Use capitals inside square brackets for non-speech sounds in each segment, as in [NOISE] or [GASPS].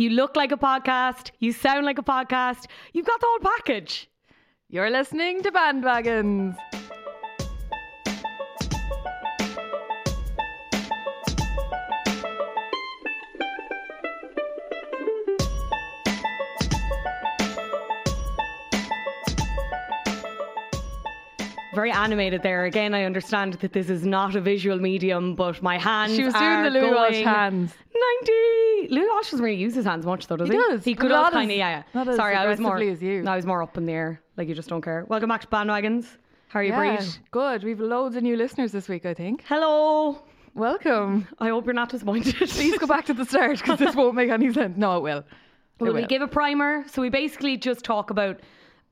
You look like a podcast. You sound like a podcast. You've got the whole package. You're listening to Bandwagons. Very animated there. Again, I understand that this is not a visual medium, but my hands. She was doing are the Louis Walsh going hands. 90. Louis Walsh doesn't really use his hands much, though, does He he? does, He but could not have as- kind of, yeah, yeah. not as Sorry, I was more. aggressively as you. I was more up in the air. Like, you just don't care. Welcome back to Bandwagons. How are you, Breed? good. We've loads of new listeners this week, I think. Hello. Welcome. I hope you're not disappointed. [LAUGHS] Please go back to the start because this won't make any sense. No, it will. Well, we will. give a primer. So we basically just talk about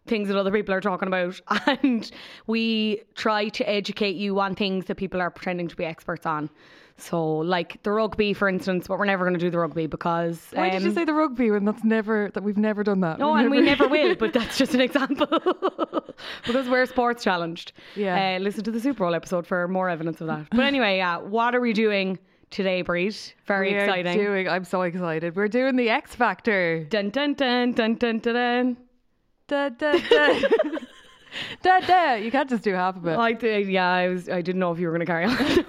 things that other people are talking about [LAUGHS] and we try to educate you on things that people are pretending to be experts on. So like the rugby, for instance, but we're never going to do the rugby because... Why did you um, say the rugby when that's never that we've never done that? No, and we never [LAUGHS] will, but that's just an example [LAUGHS] because we're sports challenged. Yeah. Uh, listen to the Super Bowl episode for more evidence of that. But anyway, yeah, what are we doing today, Breed? Very we are exciting. doing. I'm so excited. We're doing the [LAUGHS] X Factor. Dun dun dun dun dun dun dun. Da, da, da. [LAUGHS] da, da. You can't just do half of it. I did, yeah, I was. I didn't know if you were going to carry on. [LAUGHS] um,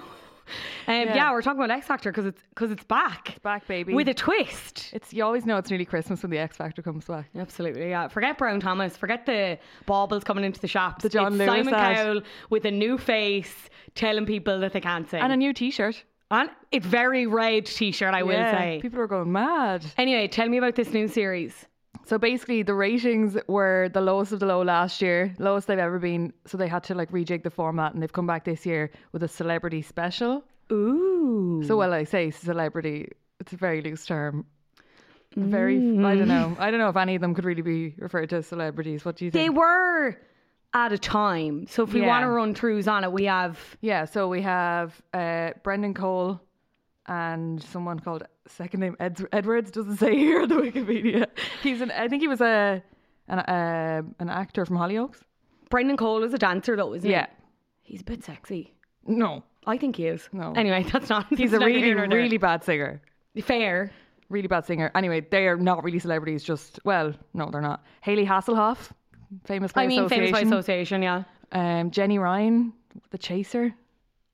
yeah. we're talking about X Factor because it's because it's back. It's back, baby. With a twist. It's you always know it's nearly Christmas when the X Factor comes back. Absolutely, yeah. Forget Brown Thomas. Forget the baubles coming into the shops. The John it's Lewis Simon ad. Cowell with a new face, telling people that they can't sing. And a new T-shirt. And it's very red T-shirt, I will say. people are going mad. Anyway, tell me about this new series. So basically, the ratings were the lowest of the low last year, lowest they've ever been. So they had to like rejig the format, and they've come back this year with a celebrity special. Ooh. So, well, I say celebrity, it's a very loose term. Very, I don't know. I don't know if any of them could really be referred to as celebrities. What do you They think? were at a time. So if we Yeah. want to run throughs on it, we have yeah. So we have uh, Brendan Cole and someone called second name Ed- Edwards. Doesn't say [LAUGHS] here on the Wikipedia. He's an. I think he was a an uh, an actor from Hollyoaks. Brendan Cole is a dancer though, isn't Yeah. he? He's a bit sexy. No. I think he is. No. Anyway, [LAUGHS] that's not. He's a really, really bad singer. fair. Really bad singer. Anyway, they are not really celebrities, just, well, no, they're not. Haley Hasselhoff, famous by I mean, famous association. by association. Yeah. Um, Jenny Ryan, The Chaser,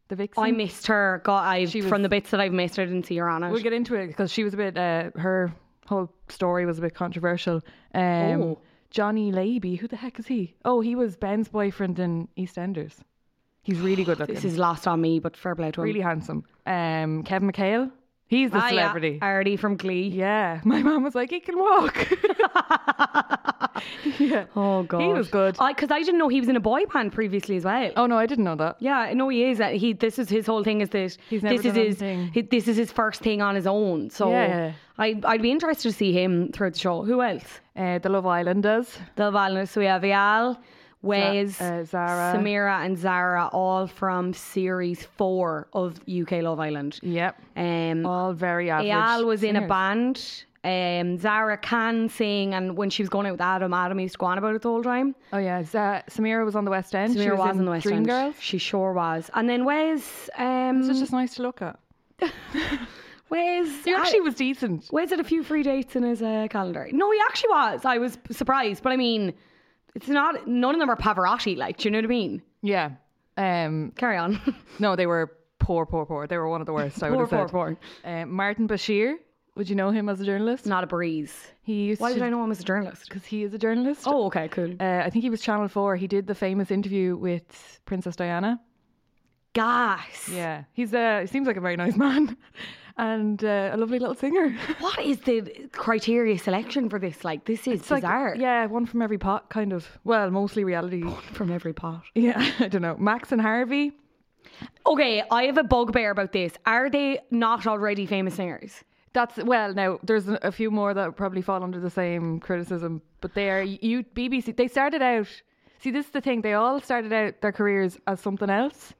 The Vixen. I missed her. God, I She was- from the bits that I've missed, I didn't see her on it. we'll get into it because she was a bit, uh, her whole story was a bit controversial. Um, Oh. Johnny Laby, who the heck is he? Oh, he was Ben's boyfriend in EastEnders. He's really good [GASPS] looking. this is lost on me, but fair play to him. really handsome. Um, Kevin McHale, he's the Ah, yeah, celebrity. Artie from Glee. [LAUGHS] [LAUGHS] Yeah, my mom was like, he can walk. [LAUGHS] yeah. Oh god, [LAUGHS] He was good. I because I didn't know he was in a boy band previously as well. Oh no, I didn't know that. Yeah, no, he is. Uh, He this is his whole thing is that He's never this done is his anything. he, this is his first thing on his own. So Yeah. I I'd be interested to see him throughout the show. Who else? Uh, the Love Islanders. The Valness. So we have Vial, Wes, uh, Zara. Samira, and Zara, all from series four of UK Love Island. Yep. Um, All very Oh, average. Ayal was in a singers. band. Um, Zara can sing, and when she was going out with Adam, Adam used to go on about it the whole time. Oh yeah, Za- Samira was on the West End. she Samira was, was in in the West Dream End. Girls. She sure was. And then Wes, um, It's just nice to look at. Wes, He I- actually was decent. Wes had a few free dates in his uh, calendar. No, he actually was. I was surprised, but I mean, it's not. None of them are Pavarotti, like. Do you know what I mean? Yeah. Um. Carry on. [LAUGHS] No, they were poor, poor, poor. They were one of the worst. I would poor, have poor, said. poor. Uh, Martin Bashir. Would you know him as a journalist? Not a breeze. He used Why to, did I know him as a journalist? Because he is a journalist. Oh, okay, cool. Uh, I think he was Channel Four. He did the famous interview with Princess Diana. Gas. Yeah, he's uh, he seems like a very nice [LAUGHS] man, and uh, a lovely little singer. [LAUGHS] What is the criteria selection for this? Like, this is like, bizarre. yeah, one from every pot, kind of. Well, mostly reality. From every pot. [LAUGHS] Yeah, I don't know. Max and Harvey. Okay, I have a bugbear about this. Are they not already famous singers? That's well. Now there's a a few more that probably fall under the same criticism, but they are you BBC. They started out. See, this is the thing. They all started out their careers as something else,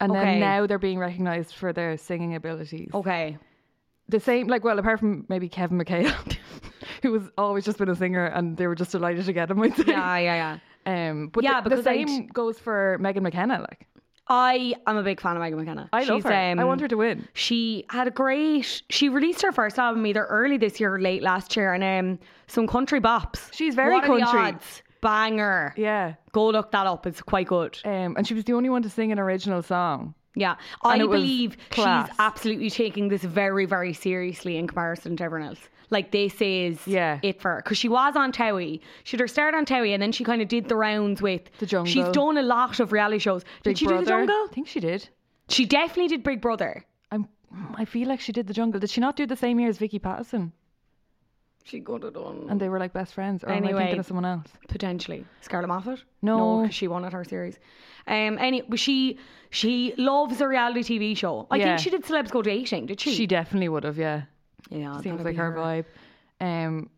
and Okay. then now they're being recognised for their singing abilities. Okay. The same, like well, apart from maybe Kevin McHale, [LAUGHS] who was always just been a singer, and they were just delighted to get him. I'd say. Yeah, yeah, yeah. [LAUGHS] Um, but Yeah, the, the because I'd- same goes for Megan McKenna. Like I am a big fan of Megan McKenna. um, I love her. I want her to win. She had a great. She released her first album either early this year or late last year, and um, some country bops. She's very What are the country. odds? Banger. Yeah. Go look that up. It's quite good. Um, and she was the only one to sing an original song. Yeah, And I it was believe class. she's absolutely taking this very, very seriously in comparison to everyone else. Like this is Yeah. it for her because she was on Towie. She would her start on Towie and then she kind of did the rounds with The Jungle. She's done a lot of reality shows. Big did she Brother. do the Jungle? I think she did. She definitely did Big Brother. I'm, I feel like she did the jungle. Did she not do it the same year as Vicky Patterson? She got it on And they were like best friends. Or am I Anyway. thinking of someone else? potentially Scarlett Moffat. No. because she won at her series. Um, any but she she loves a reality TV show. I Yeah. think she did Celebs Go Dating. Did she? She definitely would have. Yeah, Yeah, seems that'd like be her, vibe. Um,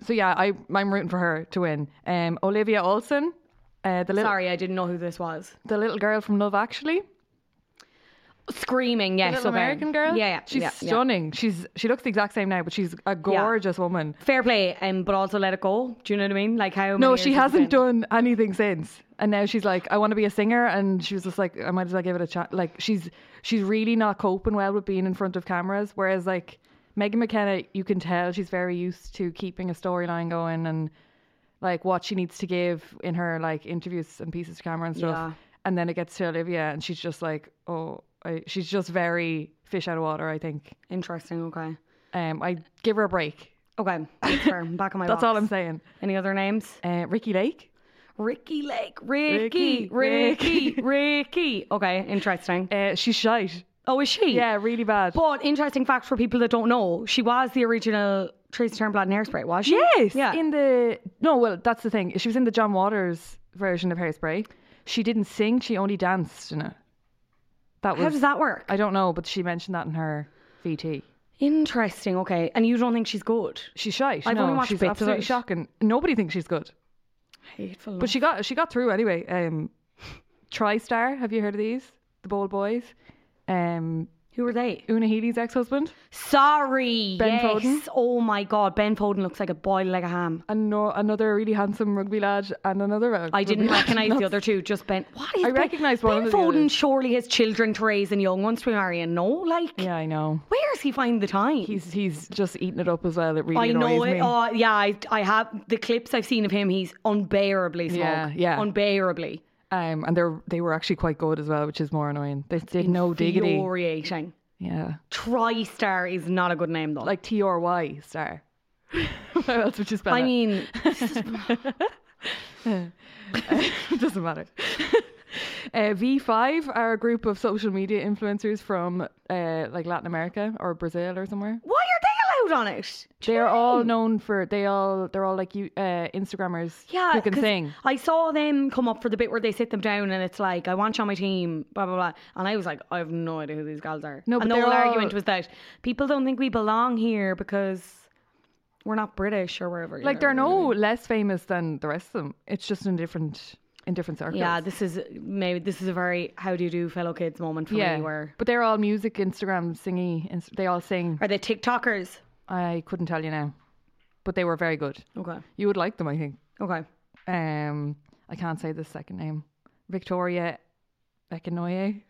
so yeah, I I'm rooting for her to win. Um, Olivia Olson, uh, the little Sorry, I didn't know who this was. the little girl from Love Actually, Screaming, the yes. little okay. American girl. Yeah, yeah. she's yeah, yeah. stunning. She's she looks the exact same now, but she's a gorgeous woman. Fair play, um, but also let it go. Do you know what I mean? Like how? No, many she years has it hasn't been? done anything since. And now she's like, I want to be a singer, and she was just like, I might as well give it a chat. Like she's she's really not coping well with being in front of cameras. Whereas like Megan McKenna, you can tell she's very used to keeping a storyline going and like what she needs to give in her like interviews and pieces to camera and stuff. Yeah. And then it gets to Olivia, and she's just like, oh, I, she's just very fish out of water. I think. Interesting. Okay. Um, I give her a break. Okay. That's fair. [LAUGHS] I'm back on my. That's box. all I'm saying. Any other names? Uh, Ricky Lake. Ricky Lake. Ricky. Ricky, Ricky. Ricky. Ricky. Okay. [LAUGHS] Interesting. Uh, she's shite. Oh, is she? Yeah, really bad. But interesting fact for people that don't know, she was the original Tracy Turnblad in Hairspray, was she? Yes. Yeah. In the no, well, that's the thing. She was in the John Waters version of Hairspray. She didn't sing. She only danced in it. That was. How does that work? I don't know, but she mentioned that in her VT. Interesting. Okay. And you don't think she's good? She's shite. I've no, only watched she's bits of absolutely it. shocking. Nobody thinks she's good, Hateful. but she got she got through anyway. Um, TriStar. Have you heard of these? The Bold Boys. Um, who are they? Una Healy's ex-husband Sorry. Ben yes. Foden? Oh my God. Ben Foden looks like a boy like a ham. and no, another really handsome rugby lad and another. uh, I didn't [LAUGHS] rugby lad. recognise Not- the other two. Just Ben. What is I Ben? recognised one Ben of the Foden others. surely has children to raise and young ones to marry, and no, like, [LAUGHS] Yeah, I know. where's he find the time? He's he's just eating it up as well. It really I annoys know it. me. Oh, yeah, I, I have the clips I've seen of him. He's unbearably smug. Yeah, yeah. unbearably Um, and they are they were actually quite good as well, which is more annoying. They did no diggity. infuriating. Yeah, TriStar is not a good name though. like T R Y [LAUGHS] star. How else would you spell I it? mean, it [LAUGHS] doesn't matter. [LAUGHS] Uh, V5 are a group of social media influencers from uh, like Latin America or Brazil or somewhere. why are they allowed on it? They are all known for they all they're all like you uh, Instagrammers Yeah, who can 'cause sing. I saw them come up for the bit where they sit them down and it's like, I want you on my team, blah blah blah. And I was like, I have no idea who these gals are. No, but and the they're whole all- argument was that people don't think we belong here because we're not British or wherever. you Like know, they're you know what I no mean? less famous than the rest of them. It's just in different in different circles. Yeah, this is maybe this is a very how do you do fellow kids moment for me. Where But they're all music, Instagram, singy. Inst- they all sing. are they TikTokers? I couldn't tell you now, but they were very good. Okay, You would like them, I think. okay. Um, I can't say the second name. Victoria Ekinoye.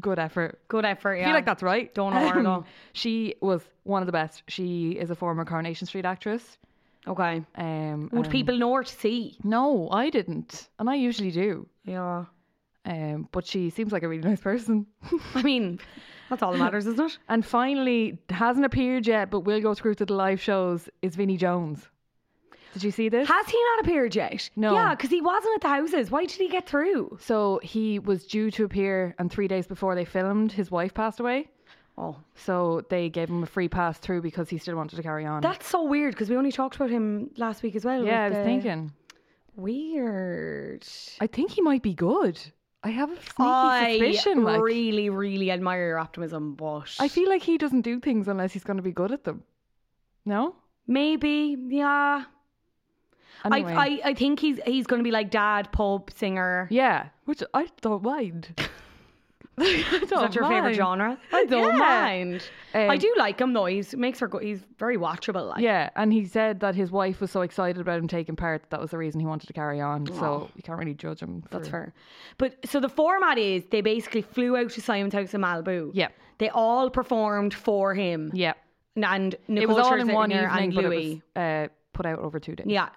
Good effort. Good effort. Yeah. I feel like that's right. Um, Don't know her at all. She was one of the best. She is a former Coronation Street actress. Okay. Um, Would and- people know her to see? No, I didn't, and I usually do. Yeah. Um, but she seems like a really nice person. [LAUGHS] I mean, that's all that matters, isn't it? and finally, hasn't appeared yet, but will go through to the live shows. Is Vinnie Jones? Did you see this? Has he not appeared yet? No. Yeah, because he wasn't at the houses. Why did he get through? so he was due to appear, and three days before they filmed, his wife passed away. Oh, So they gave him a free pass through because he still wanted to carry on. that's so weird because we only talked about him last week as well. yeah, I with was the- thinking. Weird. I think he might be good. I have a sneaky suspicion. I Like, really, really admire your optimism, but I feel like he doesn't do things unless he's going to be good at them. No. maybe, yeah. Anyway. I, I, I think he's he's going to be like dad, pub, singer. Yeah, which I don't mind. I [LAUGHS] Is don't that your favorite mind. genre? I don't Yeah. mind. [LAUGHS] I Um, do like him though. He's makes her go. He's very watchable. Like. Yeah, and he said that his wife was so excited about him taking part that, that was the reason he wanted to carry on. So you can't really judge him. That's for- fair. But so the format is they basically flew out to Simon's house in Malibu. Yeah. They all performed for him. Yeah, N- And it Nicole was all in Scherzinger one evening, and but Louis. it was uh, put out over two days. Yeah.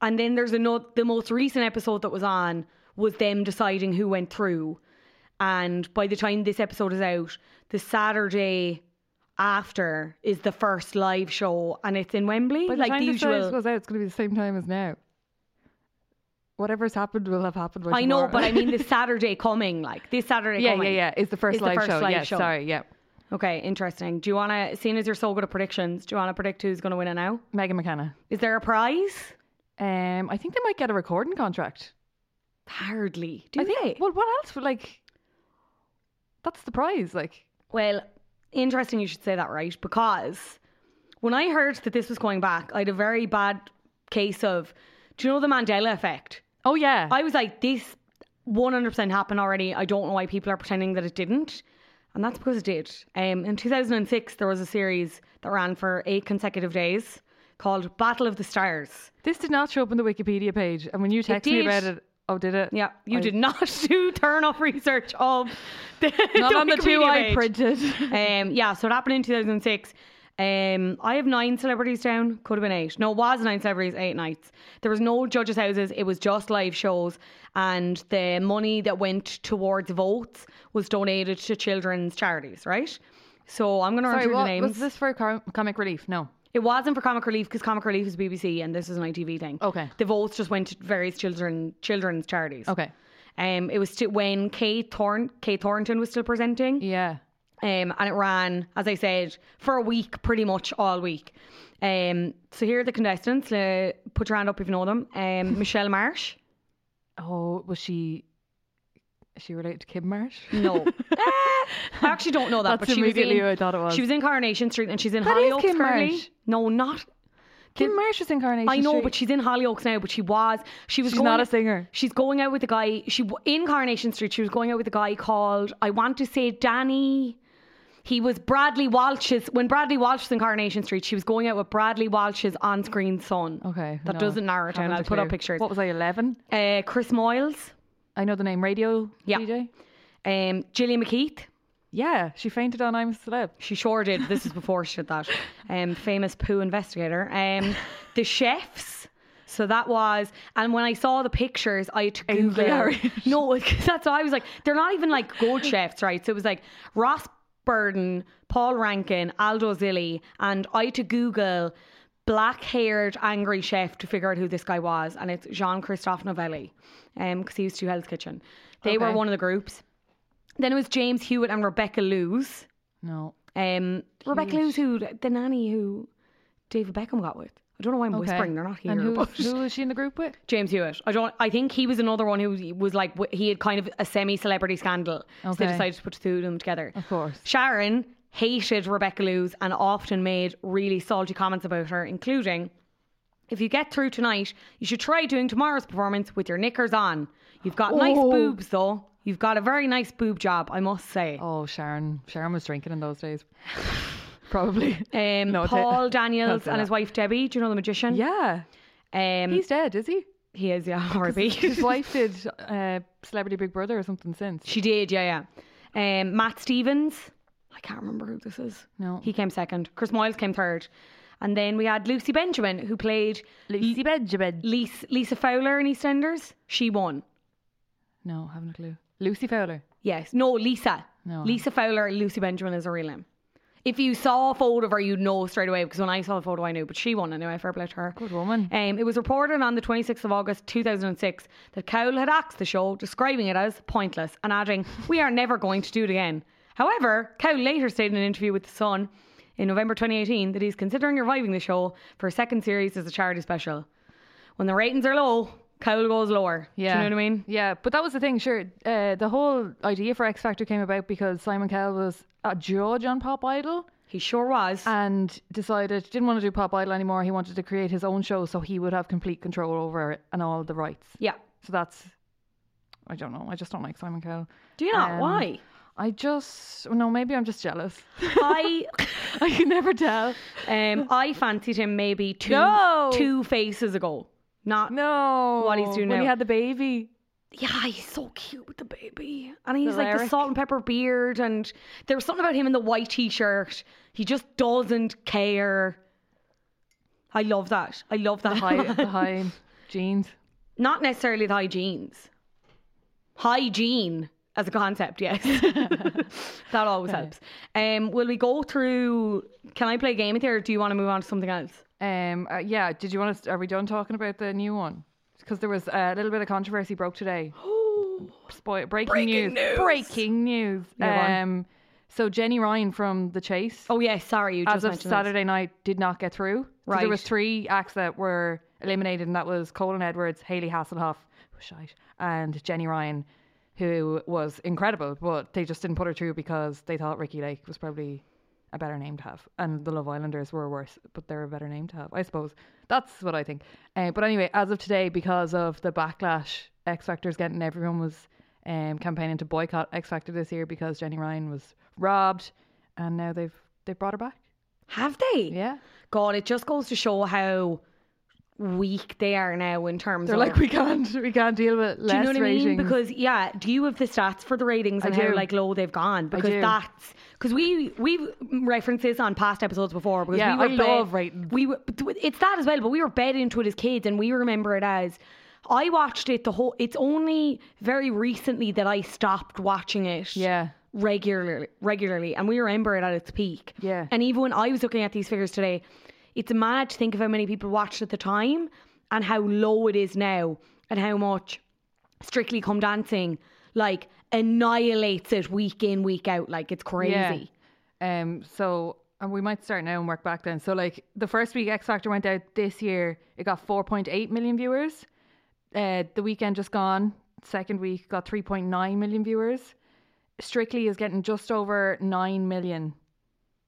And then there's another the most recent episode that was on was them deciding who went through. And by the time this episode is out, the Saturday after is the first live show and it's in Wembley. By the like time the this series usual goes out, it's going to be the same time as now. Whatever's happened will have happened. By I know, tomorrow. but I [LAUGHS] mean this Saturday coming, like this Saturday yeah, yeah, coming. yeah. It's the first It's the live first show. live yeah, show. sorry. Yeah, Okay, interesting. Do you wanna seeing as you're so good at predictions, do you wanna predict who's gonna win it now? Megan McKenna. Is there a prize? Um, I think they might get a recording contract. Hardly. Do I think. they? Well, what else would like? That's the prize. Like, Well, interesting you should say that, right? Because when I heard that this was going back, I had a very bad case of, do you know the Mandela effect? oh yeah, I was like, this 100% happened already. I don't know why people are pretending that it didn't. And that's because it did. Um, in 2006, there was a series that ran for eight consecutive days called Battle of the Stars. this did not show up on the Wikipedia page, and when you texted me did. about it, oh, did it? Yeah, you I- did not [LAUGHS] do turn off research of the, [LAUGHS] Not on the two Wikipedia I page. printed. um, yeah, so it happened in 2006. Um, I have nine celebrities down. Could have been eight. No, it was nine celebrities, eight nights. There was no judges' houses. It was just live shows, and the money that went towards votes was donated to children's charities. Right. So I'm going to run Sorry, through the what, names. was this for com- comic relief? No. It wasn't for Comic Relief because Comic Relief is BBC and this is an ITV thing. Okay. The votes just went to various children children's charities. Okay. Um, it was to when Kay Thorn Kay Thornton was still presenting. Yeah. Um, and it ran, as I said, for a week, pretty much all week. Um, so here are the contestants. Uh, put your hand up if you know them. [LAUGHS] Um, Michelle Marsh. Oh, was she? Is she related to Kim Marsh? No, [LAUGHS] Eh, I actually don't know that. That's but she was immediately in, who I thought it was. She was in Coronation Street, and she's in That is Hollyoaks Kim currently. Marsh. No, not Kim Marsh is in Coronation Hmm. I know, Street. but she's in Hollyoaks now. But she was, she was She's going, not a singer. She's going out with a guy. She w- in Coronation Street. She was going out with a guy called I want to say Danny. He was Bradley Walsh's when Bradley Walsh was in Coronation Street. She was going out with Bradley Walsh's on-screen son. Okay. that no, doesn't narrow it down. haven't I'll a put up clue. pictures. What was I? Eleven. Uh, Chris Moyles, I know the name. Radio Yeah. DJ. um, Gillian McKeith. Yeah, she fainted on "I'm a Celeb." She sure did. This is before she did that. Um, famous poo investigator. Um, the chefs. So that was, and when I saw the pictures, I had to Ainsley Google. Harriott. No, [LAUGHS] it- that's why I was like, they're not even like good chefs, right? So it was like Ross Burden, Paul Rankin, Aldo Zilli, and I had to Google black-haired angry chef to figure out who this guy was, and it's Jean Christophe Novelli, um, because he used to do Hell's Kitchen. They were Okay. one of the groups. Then it was James Hewitt and Rebecca Lewis. No. Um, Rebecca Lewis, who the nanny who David Beckham got with. I don't know why I'm whispering. They're not here. And who, but- who is she in the group with? [LAUGHS] James Hewitt. I don't. I think he was another one who was like w- he had kind of a semi-celebrity scandal. So they Okay. decided to put the two of them together. Of course. Sharon hated Rebecca Lewis and often made really salty comments about her, including if you get through tonight, you should try doing tomorrow's performance with your knickers on. You've got nice Oh. boobs, though. You've got a very nice boob job, I must say. Oh, Sharon. Sharon was drinking in [SIGHS] those days. Probably. Um, No, ta- Paul don't Daniels say and his that. wife Debbie. Do you know the magician? Yeah. Um, He's dead, is he? he is, [LAUGHS] yeah, His RB. wife did uh, Celebrity Big Brother or something since. she did, yeah, yeah. Um, Matt Stevens. I can't remember who this is. No. He came second. Chris Miles came third. And then we had Lucy Benjamin, who played Lucy Benjamin. Lisa, Lisa Fowler in EastEnders. She won. No, haven't a clue. Lucy Fowler. Yes. No, Lisa. No. Lisa Fowler, Lucy Benjamin is her real name. If you saw a photo of her, you'd know straight away because when I saw the photo, I knew. But she won anyway. Fair play to her. Good woman. Um, it was reported on the 26th of August 2006 that Cowell had axed the show, describing it as pointless and adding, We are never going to do it again. However, Cowell later stated in an interview with The Sun in November 2018 that he's considering reviving the show for a second series as a charity special. When the ratings are low, Cowell goes lower. Yeah. Do you know what I mean? Yeah, but that was the thing, sure. Uh, the whole idea for X Factor came about because Simon Cowell was a judge on Pop Idol He sure was. and decided didn't want to do Pop Idol anymore. He wanted to create his own show so he would have complete control over it and all the rights. yeah. So that's, I don't know. I just don't like Simon Cowell. Do you not? Um, Why? I just, no, maybe I'm just jealous. [LAUGHS] I I can never tell. [LAUGHS] um I fancied him maybe two No. two faces ago. Not No. What he's doing When he now. had the baby. yeah, he's so cute with the baby, and he's like the Alaric. salt and pepper beard, and there was something about him in the white t-shirt. He just doesn't care. I love that. I love that. The [LAUGHS] high, [LAUGHS] the high jeans. Not necessarily the high jeans. Hygiene as a concept, yes. [LAUGHS] that [LAUGHS] always helps. Um, will we go through? Can I play a game with you, or do you want to move on to something else? Um, uh, yeah, did you want to? Are we done talking about the new one? Because there was uh, a little bit of controversy broke today. [GASPS] Spoil- breaking, news. Breaking news. go on. Um, so Jenny Ryan from The Chase, Oh yes, sorry, you as just of mentioned Saturday night, did not get through. So Right. there was three acts that were eliminated, and that was Colin Edwards, Haley Hasselhoff, who was shite, and Jenny Ryan, who was incredible, but they just didn't put her through because they thought Ricky Lake was probably a better name to have, and the Love Islanders were worse, but they're a better name to have, I suppose. That's what I think. Uh, but anyway, as of today, because of the backlash X Factor's getting, everyone was um, campaigning to boycott X Factor this year because Jenny Ryan was robbed, and now they've they have brought her back. Have they? Yeah. God, it just goes to show how weak they are now in terms They're of. [LAUGHS] like, we can't, we can't deal with do less you know what ratings. I mean? Because yeah, do you have the stats for the ratings I and how do. like low they've gone? Because do. that's because we we've referenced this on past episodes before. Because Yeah, we were I bed- love ratings. We were, but it's that as well, but we were bed into it as kids, and we remember it as. I watched it the whole. It's only very recently that I stopped watching it. yeah, regularly regularly and we remember it at its peak. Yeah. And even when I was looking at these figures today, it's mad to think of how many people watched at the time and how low it is now and how much Strictly Come Dancing like annihilates it week in, week out. Like it's crazy. yeah. Um, so and we might start now and work back then. So like the first week X Factor went out this year, it got 4.8 million viewers. Uh, the weekend just gone, second week got 3.9 million viewers. Strictly is getting just over nine million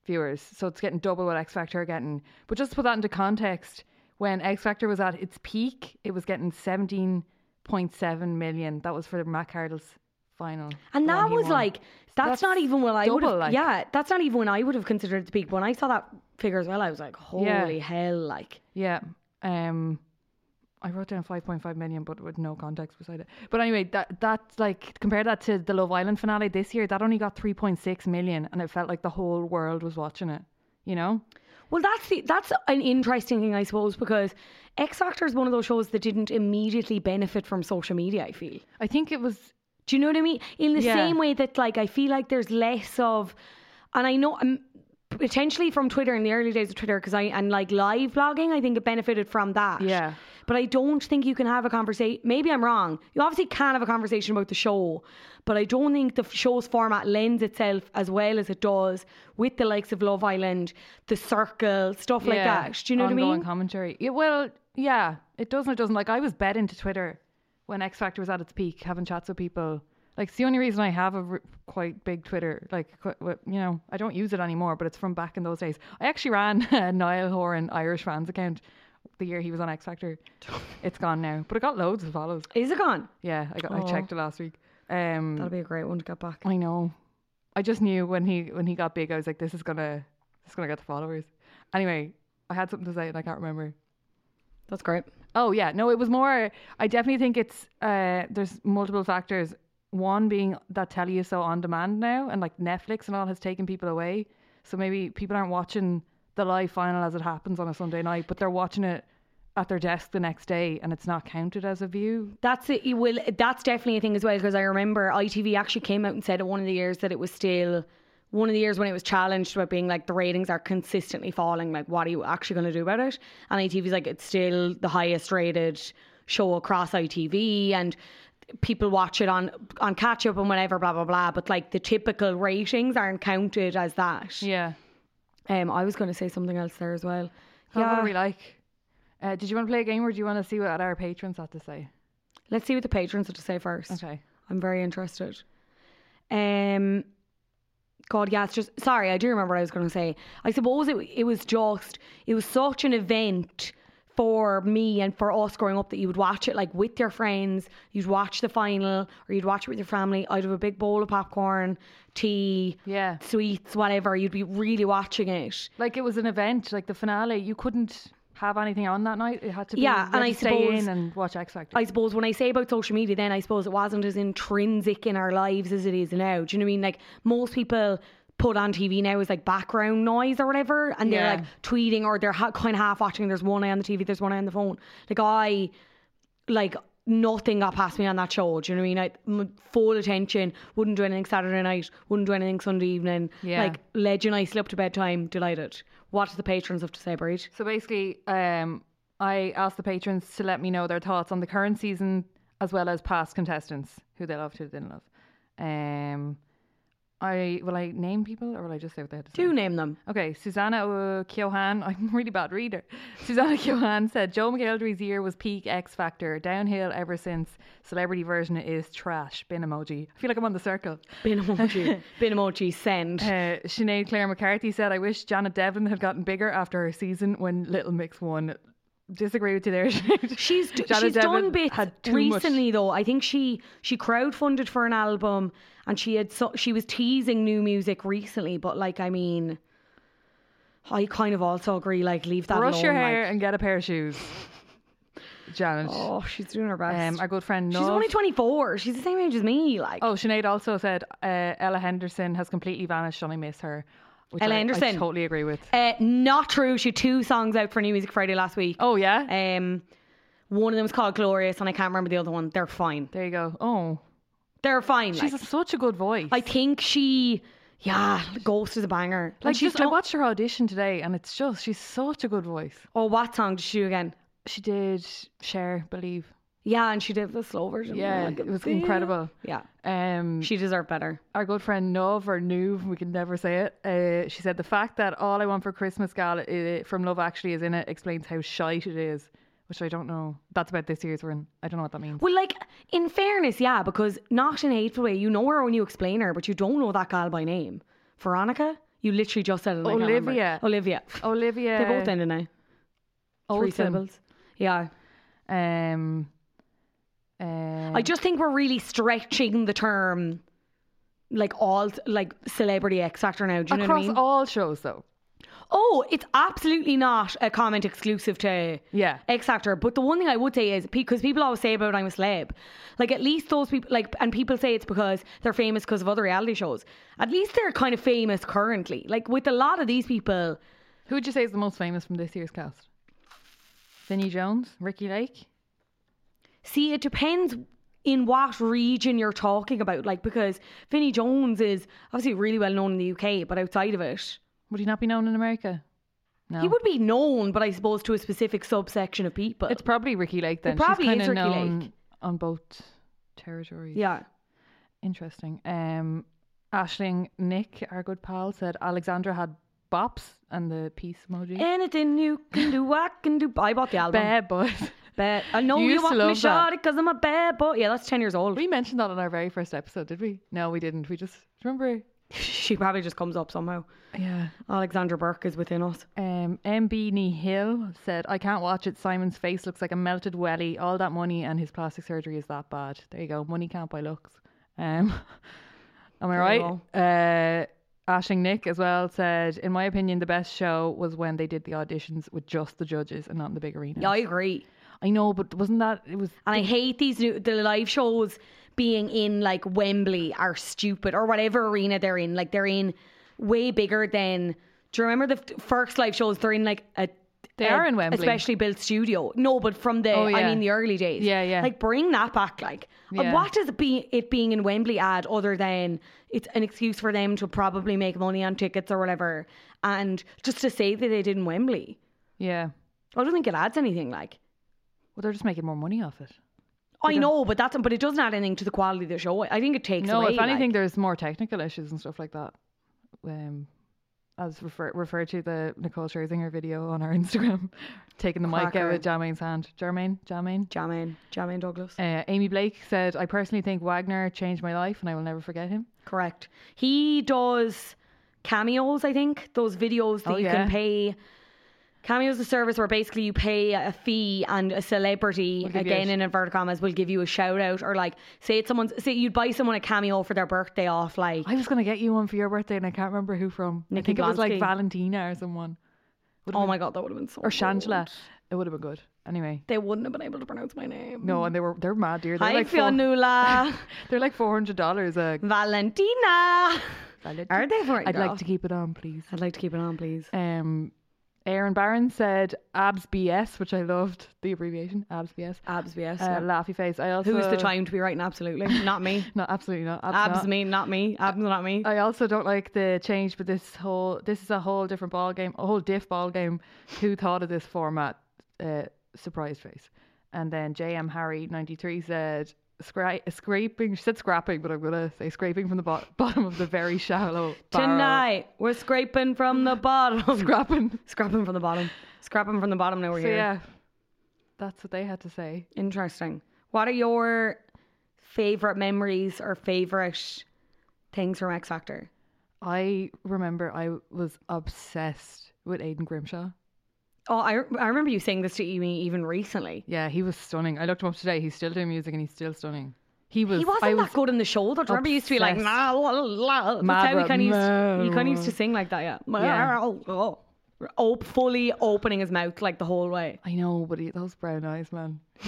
viewers, so it's getting double what X Factor are getting. But just to put that into context, when X Factor was at its peak, it was getting 17.7 million. That was for Matt Cardle's final, And the one that he was won. like that's, that's not even what I would have double, like. Yeah, that's not even when I would have considered the peak. But when I saw that figure as well, I was like, Holy Yeah. hell, like Yeah. Um I wrote down 5.5 million but with no context beside it. But anyway, that that's like compare that to the Love Island finale this year, that only got 3.6 million and it felt like the whole world was watching it, you know? Well, that's the, that's an interesting thing, I suppose, because X Factor is one of those shows that didn't immediately benefit from social media. I feel. I think it was Do you know what I mean? In the Yeah. same way that, like, I feel like there's less of, and I know um, potentially from Twitter in the early days of Twitter, because I and like live blogging, I think it benefited from that. Yeah. But I don't think you can have a conversation. Maybe I'm wrong. You obviously can have a conversation about the show, but I don't think the show's format lends itself as well as it does with the likes of Love Island, The Circle, stuff like yeah, that. Do you know ongoing what I mean? commentary. Yeah, well, yeah, it doesn't it doesn't like I was bet into Twitter when X Factor was at its peak having chats with people. Like it's the only reason I have a r- quite big Twitter. Like qu- wh- you know, I don't use it anymore, but it's from back in those days. I actually ran [LAUGHS] a Niall Horan Irish fans account the year he was on X [LAUGHS] Factor. it's gone now, but it got loads of follows. Is it gone? Yeah, I got, I checked it last week. Um, That'll be a great one to get back. I know. I just knew when he when he got big, I was like, this is gonna this is gonna get the followers. Anyway, I had something to say and I can't remember. That's great. Oh yeah, no, it was more. I definitely think it's uh, there's multiple factors. One being that tell you so on demand now, and like Netflix and all has taken people away, so maybe people aren't watching the live final as it happens on a Sunday night, but they're watching it at their desk the next day, and it's not counted as a view. That's it. You will. That's definitely a thing as well because I remember ITV actually came out and said at one of the years that it was still one of the years when it was challenged about being like the ratings are consistently falling. Like, what are you actually going to do about it? And ITV's like it's still the highest rated show across ITV and people watch it on on catch up and whatever blah blah blah but like the typical ratings aren't counted as that Yeah, um i was going to say something else there as well yeah. What are we like? Uh, did you want to play a game, or do you want to see what our patrons had to say? let's see what the patrons have to say first Okay. I'm very interested. Um, God, yeah, it's just sorry. I do remember what I was going to say. I suppose it it was just it was such an event for me and for us growing up that you would watch it like with your friends. You'd watch the final, or you'd watch it with your family. I'd have a big bowl of popcorn, tea, Yeah. sweets, whatever. You'd be really watching it. Like it was an event, like the finale. You couldn't have anything on that night. It had to be Yeah, and you had I to stay suppose- in and watch X Factor. I suppose when I say about social media, then I suppose it wasn't as intrinsic in our lives as it is now. Do you know what I mean? Like most people put on TV now is like background noise or whatever, and Yeah. they're like tweeting or they're ha- kind of half watching. There's one eye on the TV, there's one eye on the phone. Like I, like nothing got past me on that show. Do you know what I mean? I m- full attention. Wouldn't do anything Saturday night. Wouldn't do anything Sunday evening. Yeah. Like legend, I slept to bedtime. Delighted. What do the patrons have to say, Breed? So basically, um, I asked the patrons to let me know their thoughts on the current season as well as past contestants who they loved, who they didn't love. Um, I will I name people or will I just say what they had to say? Do name them. Okay, Susanna uh, Keohan, [LAUGHS] I'm a really bad reader. Susanna Keohan said Joe McElderry's year was peak X Factor, downhill ever since. Celebrity version is trash. Bin emoji. I feel like I'm on the circle. Bin [LAUGHS] emoji. Bin emoji. Send. Uh, Sinead Claire McCarthy said, I wish Janet Devlin had gotten bigger after her season when Little Mix won. Disagree with you there, [LAUGHS] Sinead. She's d- Janet she's Devlin done bits had too much- recently though. I think she she crowdfunded for an album and she had so, she was teasing new music recently. But like I mean, I kind of also agree. Like leave that Brush alone. your hair like- and get a pair of shoes, Janet. oh, she's doing her best. um, our good friend she's Nov- only twenty four. She's the same age as me. Like Oh, Sinead also said uh, Ella Henderson has completely vanished and I miss her. Which Ella I, I Henderson. totally agree with. uh, not true. She had two songs out for New Music Friday last week. Oh, yeah? Um, one of them is called Glorious, and I can't remember the other one. They're fine. there you go. Oh, They're fine. she's like. such a good voice. I think she. Yeah, Ghost is a banger. like, and she's just, I done- watched her audition today and it's just, she's such a good voice. Oh, what song did she do again? She did share, believe. Yeah, and she did the slow version. Yeah, Like a it was bit. incredible. Yeah, Um, she deserved better. our good friend Nov or Nuv, we can never say it. Uh, she said the fact that all I want for Christmas, gal, uh, from Love Actually is in it explains how shite it is, which I don't know. That's about this year's run. I don't know what that means. Well, like in fairness, yeah, because not in a hateful way. You know her when you explain her, but you don't know that gal by name. Veronica, you literally just said it. and I can't remember. Olivia. Olivia. Olivia. They both ended now. Three Olsen. syllables. Yeah. Um, uh, I just think we're really stretching the term, like all like celebrity X Factor now. Do you across know what I mean? all shows though. oh, it's absolutely not a comment exclusive to Yeah. X Factor. But the one thing I would say is because people always say about I'm a celeb, like at least those people, like, and people say it's because they're famous because of other reality shows. At least they're kind of famous currently. Like with a lot of these people, Who would you say is the most famous from this year's cast? Vinnie Jones, Ricky Lake. see, it depends in what region you're talking about. Like because Vinnie Jones is obviously really well known in the UK, but outside of it, Would he not be known in America? No. he would be known, but I suppose to a specific subsection of people. It's probably Ricky Lake then. It probably She's kinda is Ricky known Lake. on both territories. yeah. Interesting. Um, Ashling Nick, our good pal, said Alexandra had bops and the peace emoji. Eh, Anything you can do, I can do. I bought the album. Bad boys. Bet I know You you, used to want me love that. shot it because I'm a bad boy. Yeah, that's ten years old. [LAUGHS] We mentioned that on our very first episode, did we? No, we didn't. We just remember. She probably just comes up somehow. Yeah. Alexandra Burke is within us. Um, MB Hill said, I can't watch it. Simon's face looks like a melted welly. All that money and his plastic surgery is that bad. There you go. Money can't buy looks. Um, [LAUGHS] am I you right? Uh, Ashing Nick as well said, In my opinion, the best show was when they did the auditions with just the judges and not in the big arena. I agree. I know, but wasn't that. It was. And I hate these new the live shows being in like Wembley are stupid or whatever arena they're in. Like they're in way bigger than. Do you remember the f- first live shows? They're in like a. They a are in Wembley. Um, especially built studio. No, but from the Oh, I yeah. mean the early days. Yeah, yeah. Like bring that back. Like, like, Yeah. what does it be it being in Wembley add other than it's an excuse for them to probably make money on tickets or whatever, and just to say that they did in Wembley. Yeah. I don't think it adds anything. Like, Well, they're just making more money off it. I know, but that's but it doesn't add anything to the quality of the show. I think it takes No, away. if anything, like- there's more technical issues and stuff like that. Um, as refer referred to the Nicole Scherzinger video on our [LAUGHS] Instagram, taking the mic out Cracker. of Jermaine's hand. Jermaine, Jermaine. Jamin, Jamin Douglas, Uh, Amy Blake said, "I personally think Wagner changed my life, and I will never forget him." correct. He does cameos. I think those videos that Oh, you yeah. can pay. Cameos is a service where basically you pay a fee and a celebrity give you a again sh- in inverted commas will give you a shout out or like say it's someone's say you'd buy someone a cameo for their birthday off like I was gonna get you one for your birthday, and I can't remember who from. I Nikki think it was like Blonsky. Valentina or someone, oh my god that would have been so or Shangela. good. It would have been good. Anyway, They wouldn't have been able to pronounce my name. no, and they were they're mad, dear. They're Hi like four- [LAUGHS] Fionnuala, they're like four hundred dollars. Uh, Valentina. Are they Oh. for it, I'd girl? like to keep it on, please. I'd like to keep it on, please. Um, Aaron Barron said abs BS, which I loved the abbreviation abs BS. Abs, yes. Uh, laughy face. I also Who's the time to be writing? Absolutely. Not [LAUGHS] me. No, absolutely not. Abs, Uh, Abs not. me, not me. Abs not me. I also don't like the change, but this whole this is a whole different ball game, a whole diff ball game. Who thought of this format? Uh, surprise face. And then J.M. Harry ninety three said. Scra- scraping, she said scrapping, but I'm gonna say scraping from the bo- [LAUGHS] bottom of the very shallow barrel. Tonight, we're scraping from [LAUGHS] the bottom. Scrapping. [LAUGHS] scrapping from the bottom. Scrapping from the bottom now we're So here. yeah, that's what they had to say. Interesting. What are your favourite memories or favourite things from X Factor? I remember I was obsessed with Aidan Grimshaw. Oh, I, I remember you saying this to me even recently. Yeah, he was stunning. I looked him up today. He's still doing music and he's still stunning. He was. He I wasn't was, that good in the shoulder. Do you remember he used to be like, obsessed. nah, la, la. That's Mad how he rap, kind mad of used, he kind of rap. used to sing like that, yeah. Yeah. Oh, oh. Op- fully opening his mouth like the whole way. I know, but he, those brown eyes, man. [LAUGHS]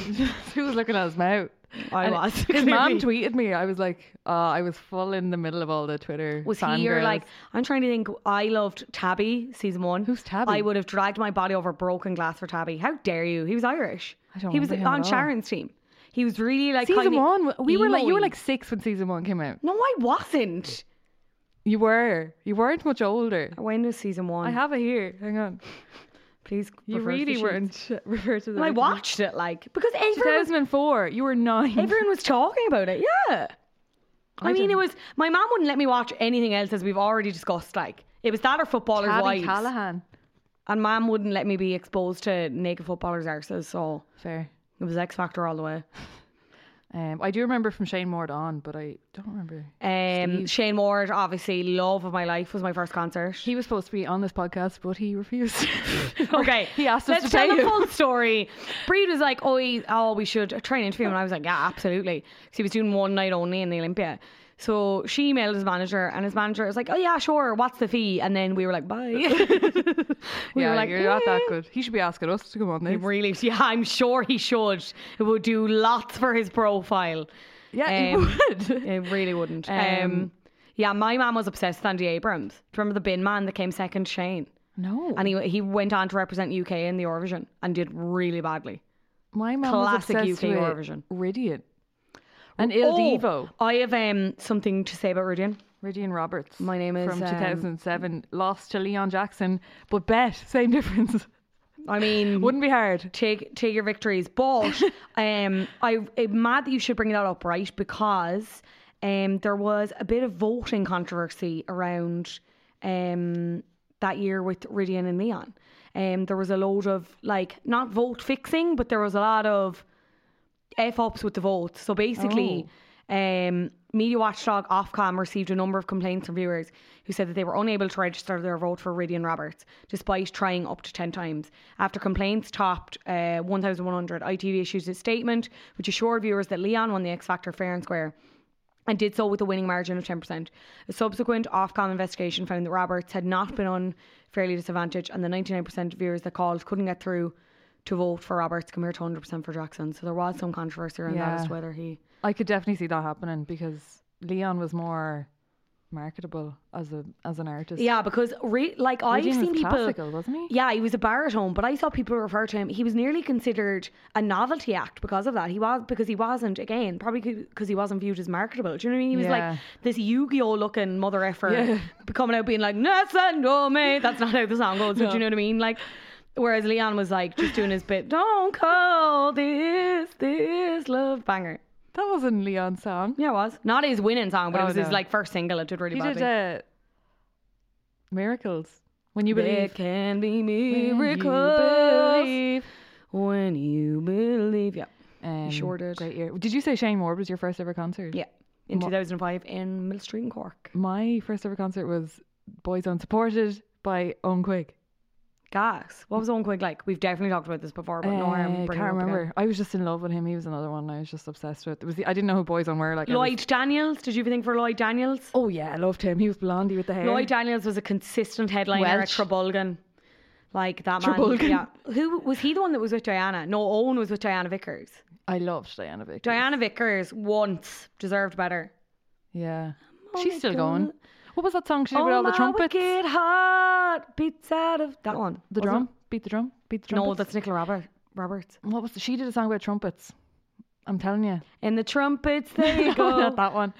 Who was looking at his mouth? I And was, His mom clearly. tweeted me. I was like, uh, I was full in the middle of all the Twitter. Was he or fangirls. like I'm trying to think? I loved Tabby season one. Who's Tabby? I would have dragged my body over broken glass for Tabby. How dare you? He was Irish. I don't He was remember him on at all. Sharon's team. He was really like season kinda one? We were like, you were emo-y. like six when season one came out. no, I wasn't. You were. You weren't much older. When was season one? I have it here. Hang on. Please, You reverse the really sheets. weren't. Refer to the. And I document. watched it like because everyone was 2004. You were nine. Everyone was talking about it. Yeah. I, mean, it was my mom wouldn't let me watch anything else as we've already discussed. Like it was that or footballers' Tabby wives, Callahan. and mom wouldn't let me be exposed to naked footballers' arses. So Fair. it was X Factor all the way. Um, I do remember from Shane Ward on, but I don't remember. Um, Steve. Shane Ward, obviously, love of my life was my first concert. He was supposed to be on this podcast, but he [LAUGHS] refused. [LAUGHS] [LAUGHS] Okay, he asked us Let's to pay tell the him. full [LAUGHS] story. Breed was like, "Oh, he, oh, we should try and interview him." And I was like, "Yeah, absolutely," because he was doing one night only in the Olympia. So she emailed his manager, and his manager was like, "Oh yeah, sure. What's the fee?" And then we were like, [LAUGHS] "Bye." we yeah, were like, you're not that "Mm." good. He should be asking us to come on this. Really? Yeah, I'm sure he should. It would do lots for his profile. yeah, Um, he [LAUGHS] would. It really wouldn't. Um, Um, yeah, my mom was obsessed with Andy Abrams. Do you remember the bin man that came second to Shane? [LAUGHS] no, And he he went on to represent UK in the Eurovision and did really badly. my mom classic was UK obsessed with Eurovision. Ridian and Il Oh, Divo. I have um something to say about Rudian. Ridian Roberts. My name is, from um, 2007. Lost to Leon Jackson, but bet same [LAUGHS] difference. I mean, Wouldn't be hard. take take your victories, but um, I I'm mad that you should bring that up, right? Because um, there was a bit of voting controversy around um that year with Ridian and Leon. Um, there was a load of like not vote fixing, but there was a lot of f ups with the vote. So basically, um, media watchdog Ofcom received a number of complaints from viewers who said that they were unable to register their vote for Ridian Roberts, despite trying up to ten times. After complaints topped uh, 1,100, ITV issued a statement which assured viewers that Leon won the X Factor fair and square and did so with a winning margin of 10%. A subsequent Ofcom investigation found that Roberts had not been unfairly disadvantaged, and the 99% of viewers that called couldn't get through to vote for Roberts compared to 100% for Jackson. So there was some controversy around that as Yeah. to whether he. I could definitely see that happening because Leon was more marketable as a as an artist. Yeah, because re- like I've Regine was seen people. classical, wasn't he? Yeah, he was a baritone, but I saw people refer to him. He was nearly considered a novelty act because of that. He was because he wasn't again probably because he wasn't viewed as marketable. Do you know what I mean? He was Yeah. like this Yu-Gi-Oh looking mother effer [LAUGHS] coming out being like "Nascendo me." That's not how the song goes. But do you know what I mean? Like. Whereas Leon was like just doing his bit, don't call this this love banger. That wasn't Leon's song. Yeah, it was not his winning song, but it Oh, was his no. like first single. It did really He badly. did uh, miracles. When you There believe. can be When you miracles believe. when you believe. Yeah, Um, sure did. Great year. Did you say Shane Ward was your first ever concert? yeah. In Mo- 2005 in Mill Street in Cork. My first ever concert was Boys Unsupported by Owen Quig. Gas. What was Owen Quig like? We've definitely talked about this before, but no I harm. Uh, can't bringing it up again. remember. I was just in love with him. He was another one I was just obsessed with. It was the, I didn't know who Boys On were. Like I was- Lloyd Daniels. Did you ever think for Lloyd Daniels? oh yeah, I loved him. He was blondie with the hair. Lloyd Daniels was a consistent headliner Welsh. at Trebolgan. Like that man. Trebolgan. Yeah. Who was he the one that was with Diana? No, Owen was with Diana Vickers. I loved Diana Vickers. Diana Vickers once deserved better. Yeah. Oh She's my still God. Oh going. What was that song she did with all the my trumpets? wicked heart beats out of that one. The wasn't drum? it? Beat the drum? Beat the trumpets? No, that's Nicola Robert, Roberts. What was the, she did a song about trumpets. I'm telling you. And the trumpets, there [LAUGHS] you No, go. Not that one.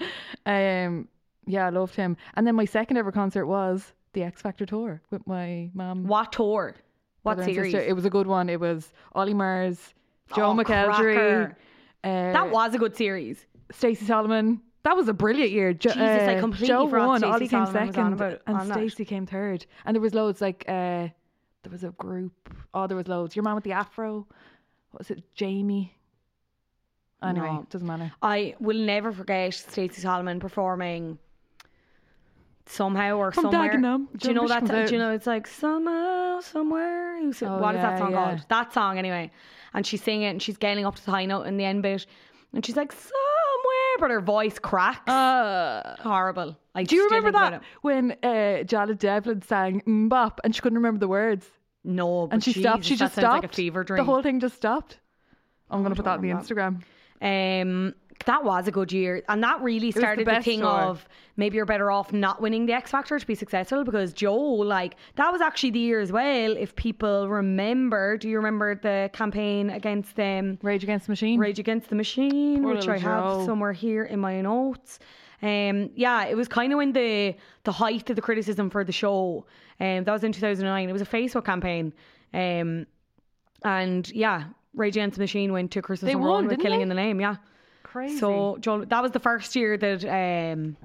Um, yeah, I loved him. And then my second ever concert was the X Factor tour with my mum. What tour? What brother and series? Sister. It was a good one. It was Ollie Mars, Joe Oh, McElderry, cracker. uh, that was a good series. Stacey Solomon. That was a brilliant year. Jo- Jesus, I uh, completely Joe forgot won. Stacey Ollie came Solomon was on second, about- on and that. Stacey came third. And there was loads like uh, there was a group. Oh, there was loads. Your man with the afro. What was it? Jamie. Anyway, No. doesn't matter. I will never forget Stacey Solomon performing somehow or From somewhere. Dagenham. Do you know Remember she that? comes Do out? you know it's like somehow, somewhere. Who said- Oh, what is yeah, that song yeah. called? That song anyway. And she's singing it and she's getting up to the high note in the end bit, and she's like somewhere, but her voice cracks. Uh, Horrible. I do you still remember think about that it. when uh, Jala Devlin sang "Mbop" and she couldn't remember the words, No, but and she stopped. She Oh, Jesus, that just sounds stopped. Like a fever dream. The whole thing just stopped. I'm I gonna put that don't on the remember. Instagram. Um, that was a good year, and that really the started the, best thing tour. of maybe you're better off not winning the X Factor to be successful because Joe, like that was actually the year as well. If people remember, do you remember the campaign against um, them? Rage Against the Machine. Rage Against the Machine, Poor which little I Joe. have somewhere here in my notes. Um, yeah, it was kind of when the the height of the criticism for the show. Um, that was in 2009. It was a Facebook campaign. Um, and yeah, Rage Against the Machine went to Christmas They number won, one with didn't Killing they? in the Name. Yeah. Crazy. So Joel, that was the first year that um,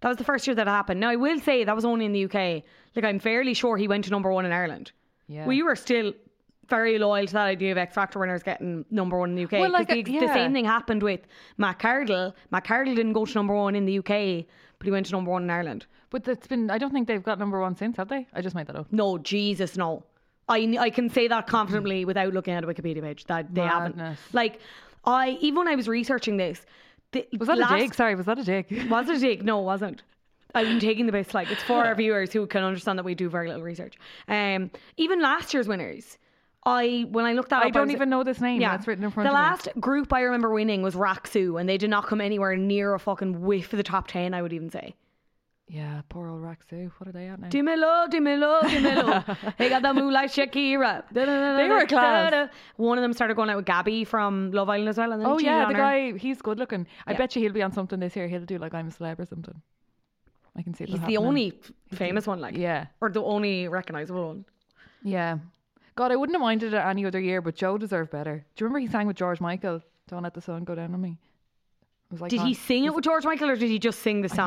that was the first year that happened. Now I will say that was only in the UK. Like I'm fairly sure he went to number one in Ireland. yeah. We were still very loyal to that idea of X Factor winners getting number one in the UK. Well, 'Cause like, the, uh, the yeah. same thing happened with Matt Cardle. Matt Cardle didn't go to number one in the UK, but he went to number one in Ireland. But that's been. I don't think they've got number one since, have they? I just made that up. No, Jesus, no. I, I can say that confidently without looking at a Wikipedia page that they haven't. Madness. Like, I even when I was researching this, the, Was that a last- dig? Sorry, was that a dig? Was it a dig? No, it wasn't. I'm taking the best like it's for [LAUGHS] our viewers who can understand that we do very little research. Um, even last year's winners, I when I looked at, I don't even know this name. That's written in front the of last group I remember winning was Raksu, and they did not come anywhere near a fucking whiff of the top ten. I would even say. me. Yeah, poor old Raxu. What are they at now? Dimelo, dimelo, dimelo. [LAUGHS] they got that moonlight Shakira. They were class. One of them started going out with Gabby from Love Island as well. And then he oh cheated yeah, on the her. guy. He's good looking. I bet you he'll be on something this year. He'll do like I'm a celeb or something. I can see. that He's the happening. only famous one, like Yeah. or the only recognizable one. Yeah. God, I wouldn't have minded it any other year, but Joe deserved better. Do you remember he sang with George Michael? Don't let the sun go down on me. It was like oh, Did he on- sing it with George Michael or did he just sing the song?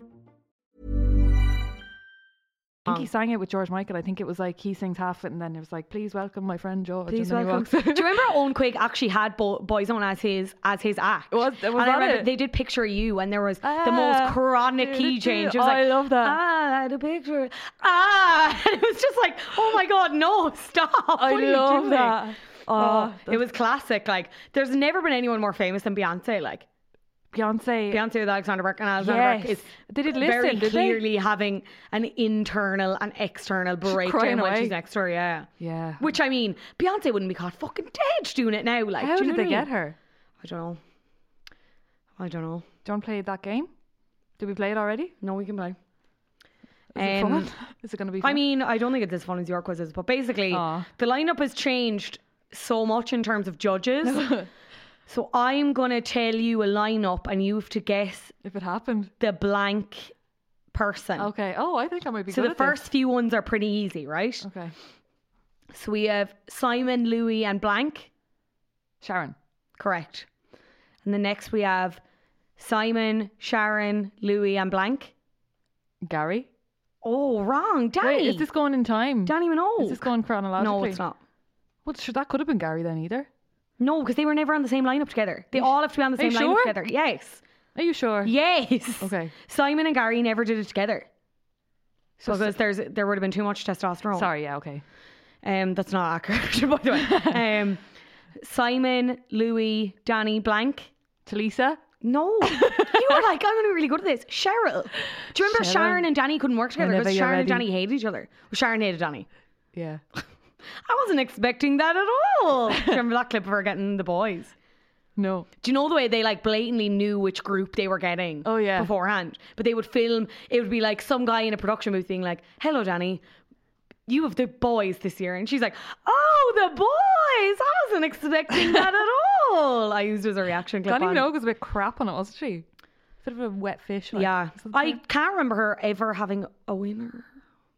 I think he sang it with George Michael. I think it was like he sings half it, and then it was like, "Please welcome my friend George." Please and then he [LAUGHS] welcome. walks Do out. you remember Owen Quigg actually had Bo- Boyzone as his as his act? It was- it was and on I remember it. they did picture you, and there was the Ah, most chronic do, do, key change. It do. was Oh, like, I love that. Ah, I had a picture. Ah, [LAUGHS] it was just like, oh my god, no, stop! [LAUGHS] what I are you love doing? that. Oh, Oh, it was classic. Like, there's never been anyone more famous than Beyonce. Like, Beyonce. Beyonce with Alexander Burke, and Alexander Burke Yes. is They did very listen, did they? clearly having an internal and external breakdown crying when away. she's next to her. Yeah. Yeah. Which I mean, Beyonce wouldn't be caught fucking dead doing it now. Like, How do you did know they what I get mean? her? I don't know. I don't know. Do you want to play that game? Did we play it already? No, we can play. Is it Um, fun? [LAUGHS] Is it going to be? Fun? I mean, I don't think it's as fun as your quizzes, but basically, Aw. the lineup has changed so much in terms of judges. [LAUGHS] so I'm gonna tell you a lineup, and you have to guess if it happened. the blank person. Okay. Oh, I think I might be So good the at this. first few ones are pretty easy, right? Okay. So we have Simon, Louis, and Blank. Sharon. Correct. And the next we have Simon, Sharon, Louis, and Blank. Gary. Oh, wrong. Danny. Wait, is this going in time? Danny Minogue. Is this going chronologically? No, it's not. Well, sure, that could have been Gary then either. No, because they were never on the same lineup together. They all have to be on the Are you same lineup sure? together. Yes. Are you sure? Yes. Okay. Simon and Gary never did it together. So- So because there's there would have been too much testosterone. Sorry. Yeah. Okay. Um, that's not accurate, [LAUGHS] by the way. Um, Simon, Louis, Danny, Blank. Talisa. No, you were like, I'm going to be really good at this. Cheryl. Do you remember Cheryl. Sharon and Danny couldn't work together Whenever because you're Sharon and ready. Danny hated each other? Well, Sharon hated Danny. Yeah. I wasn't expecting that at all. Do you remember that clip of her getting the boys? [LAUGHS] No. Do you know the way they like blatantly knew which group they were getting? Oh, yeah. beforehand. But they would film. It would be like some guy in a production booth being like, "Hello, Danny, you have the boys this year," and she's like, "Oh, the boys! I wasn't expecting that [LAUGHS] at all." I used it as a reaction clip. Danny on- Minogue was a bit crap on it, wasn't she? Bit of a wet fish. Like, Yeah, isn't I she? can't remember her ever having a winner.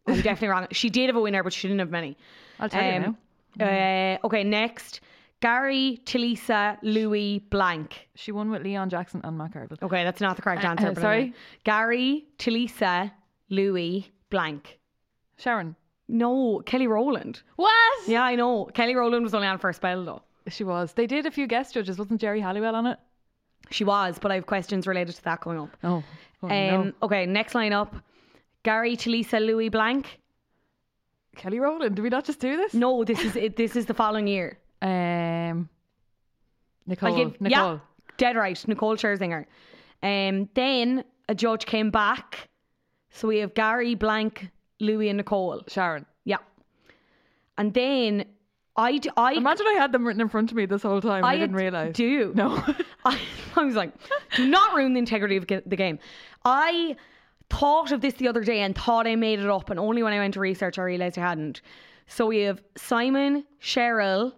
I'm definitely wrong. She did have a winner, but she didn't have many. I'll tell um, you now. Mm. uh, okay, next. Gary, Talisa, Louis, blank. She won with Leon Jackson and Matt Carville. Okay, that's not the correct Uh, answer. uh, but sorry? anyway. Gary, Talisa, Louis, blank. Sharon. No, Kelly Rowland. What? Yeah, I know. Kelly Rowland was only on for a spell though. She was. They did a few guest judges. Wasn't Jerry Halliwell on it? She was, but I have questions related to that coming up. Um, No. Oh, no. Okay, next line up. Gary, Talisa, Louis, blank. Kelly Rowland. Did we not just do this? No, this is it, this is the following year. Um. Nicole. I'll give- Nicole. Yeah, dead right. Nicole Scherzinger. Um, then a judge came back. So we have Gary, Blank, Louis, and Nicole. Sharon. Yeah. And then I, d- I, Imagine I had them written in front of me this whole time. I, didn't ad- realize. Do. No. [LAUGHS] I, I was like, do not ruin the integrity of ge- the game. I thought of this the other day and thought I made it up, and only when I went to research I realized I hadn't. So we have Simon, Cheryl,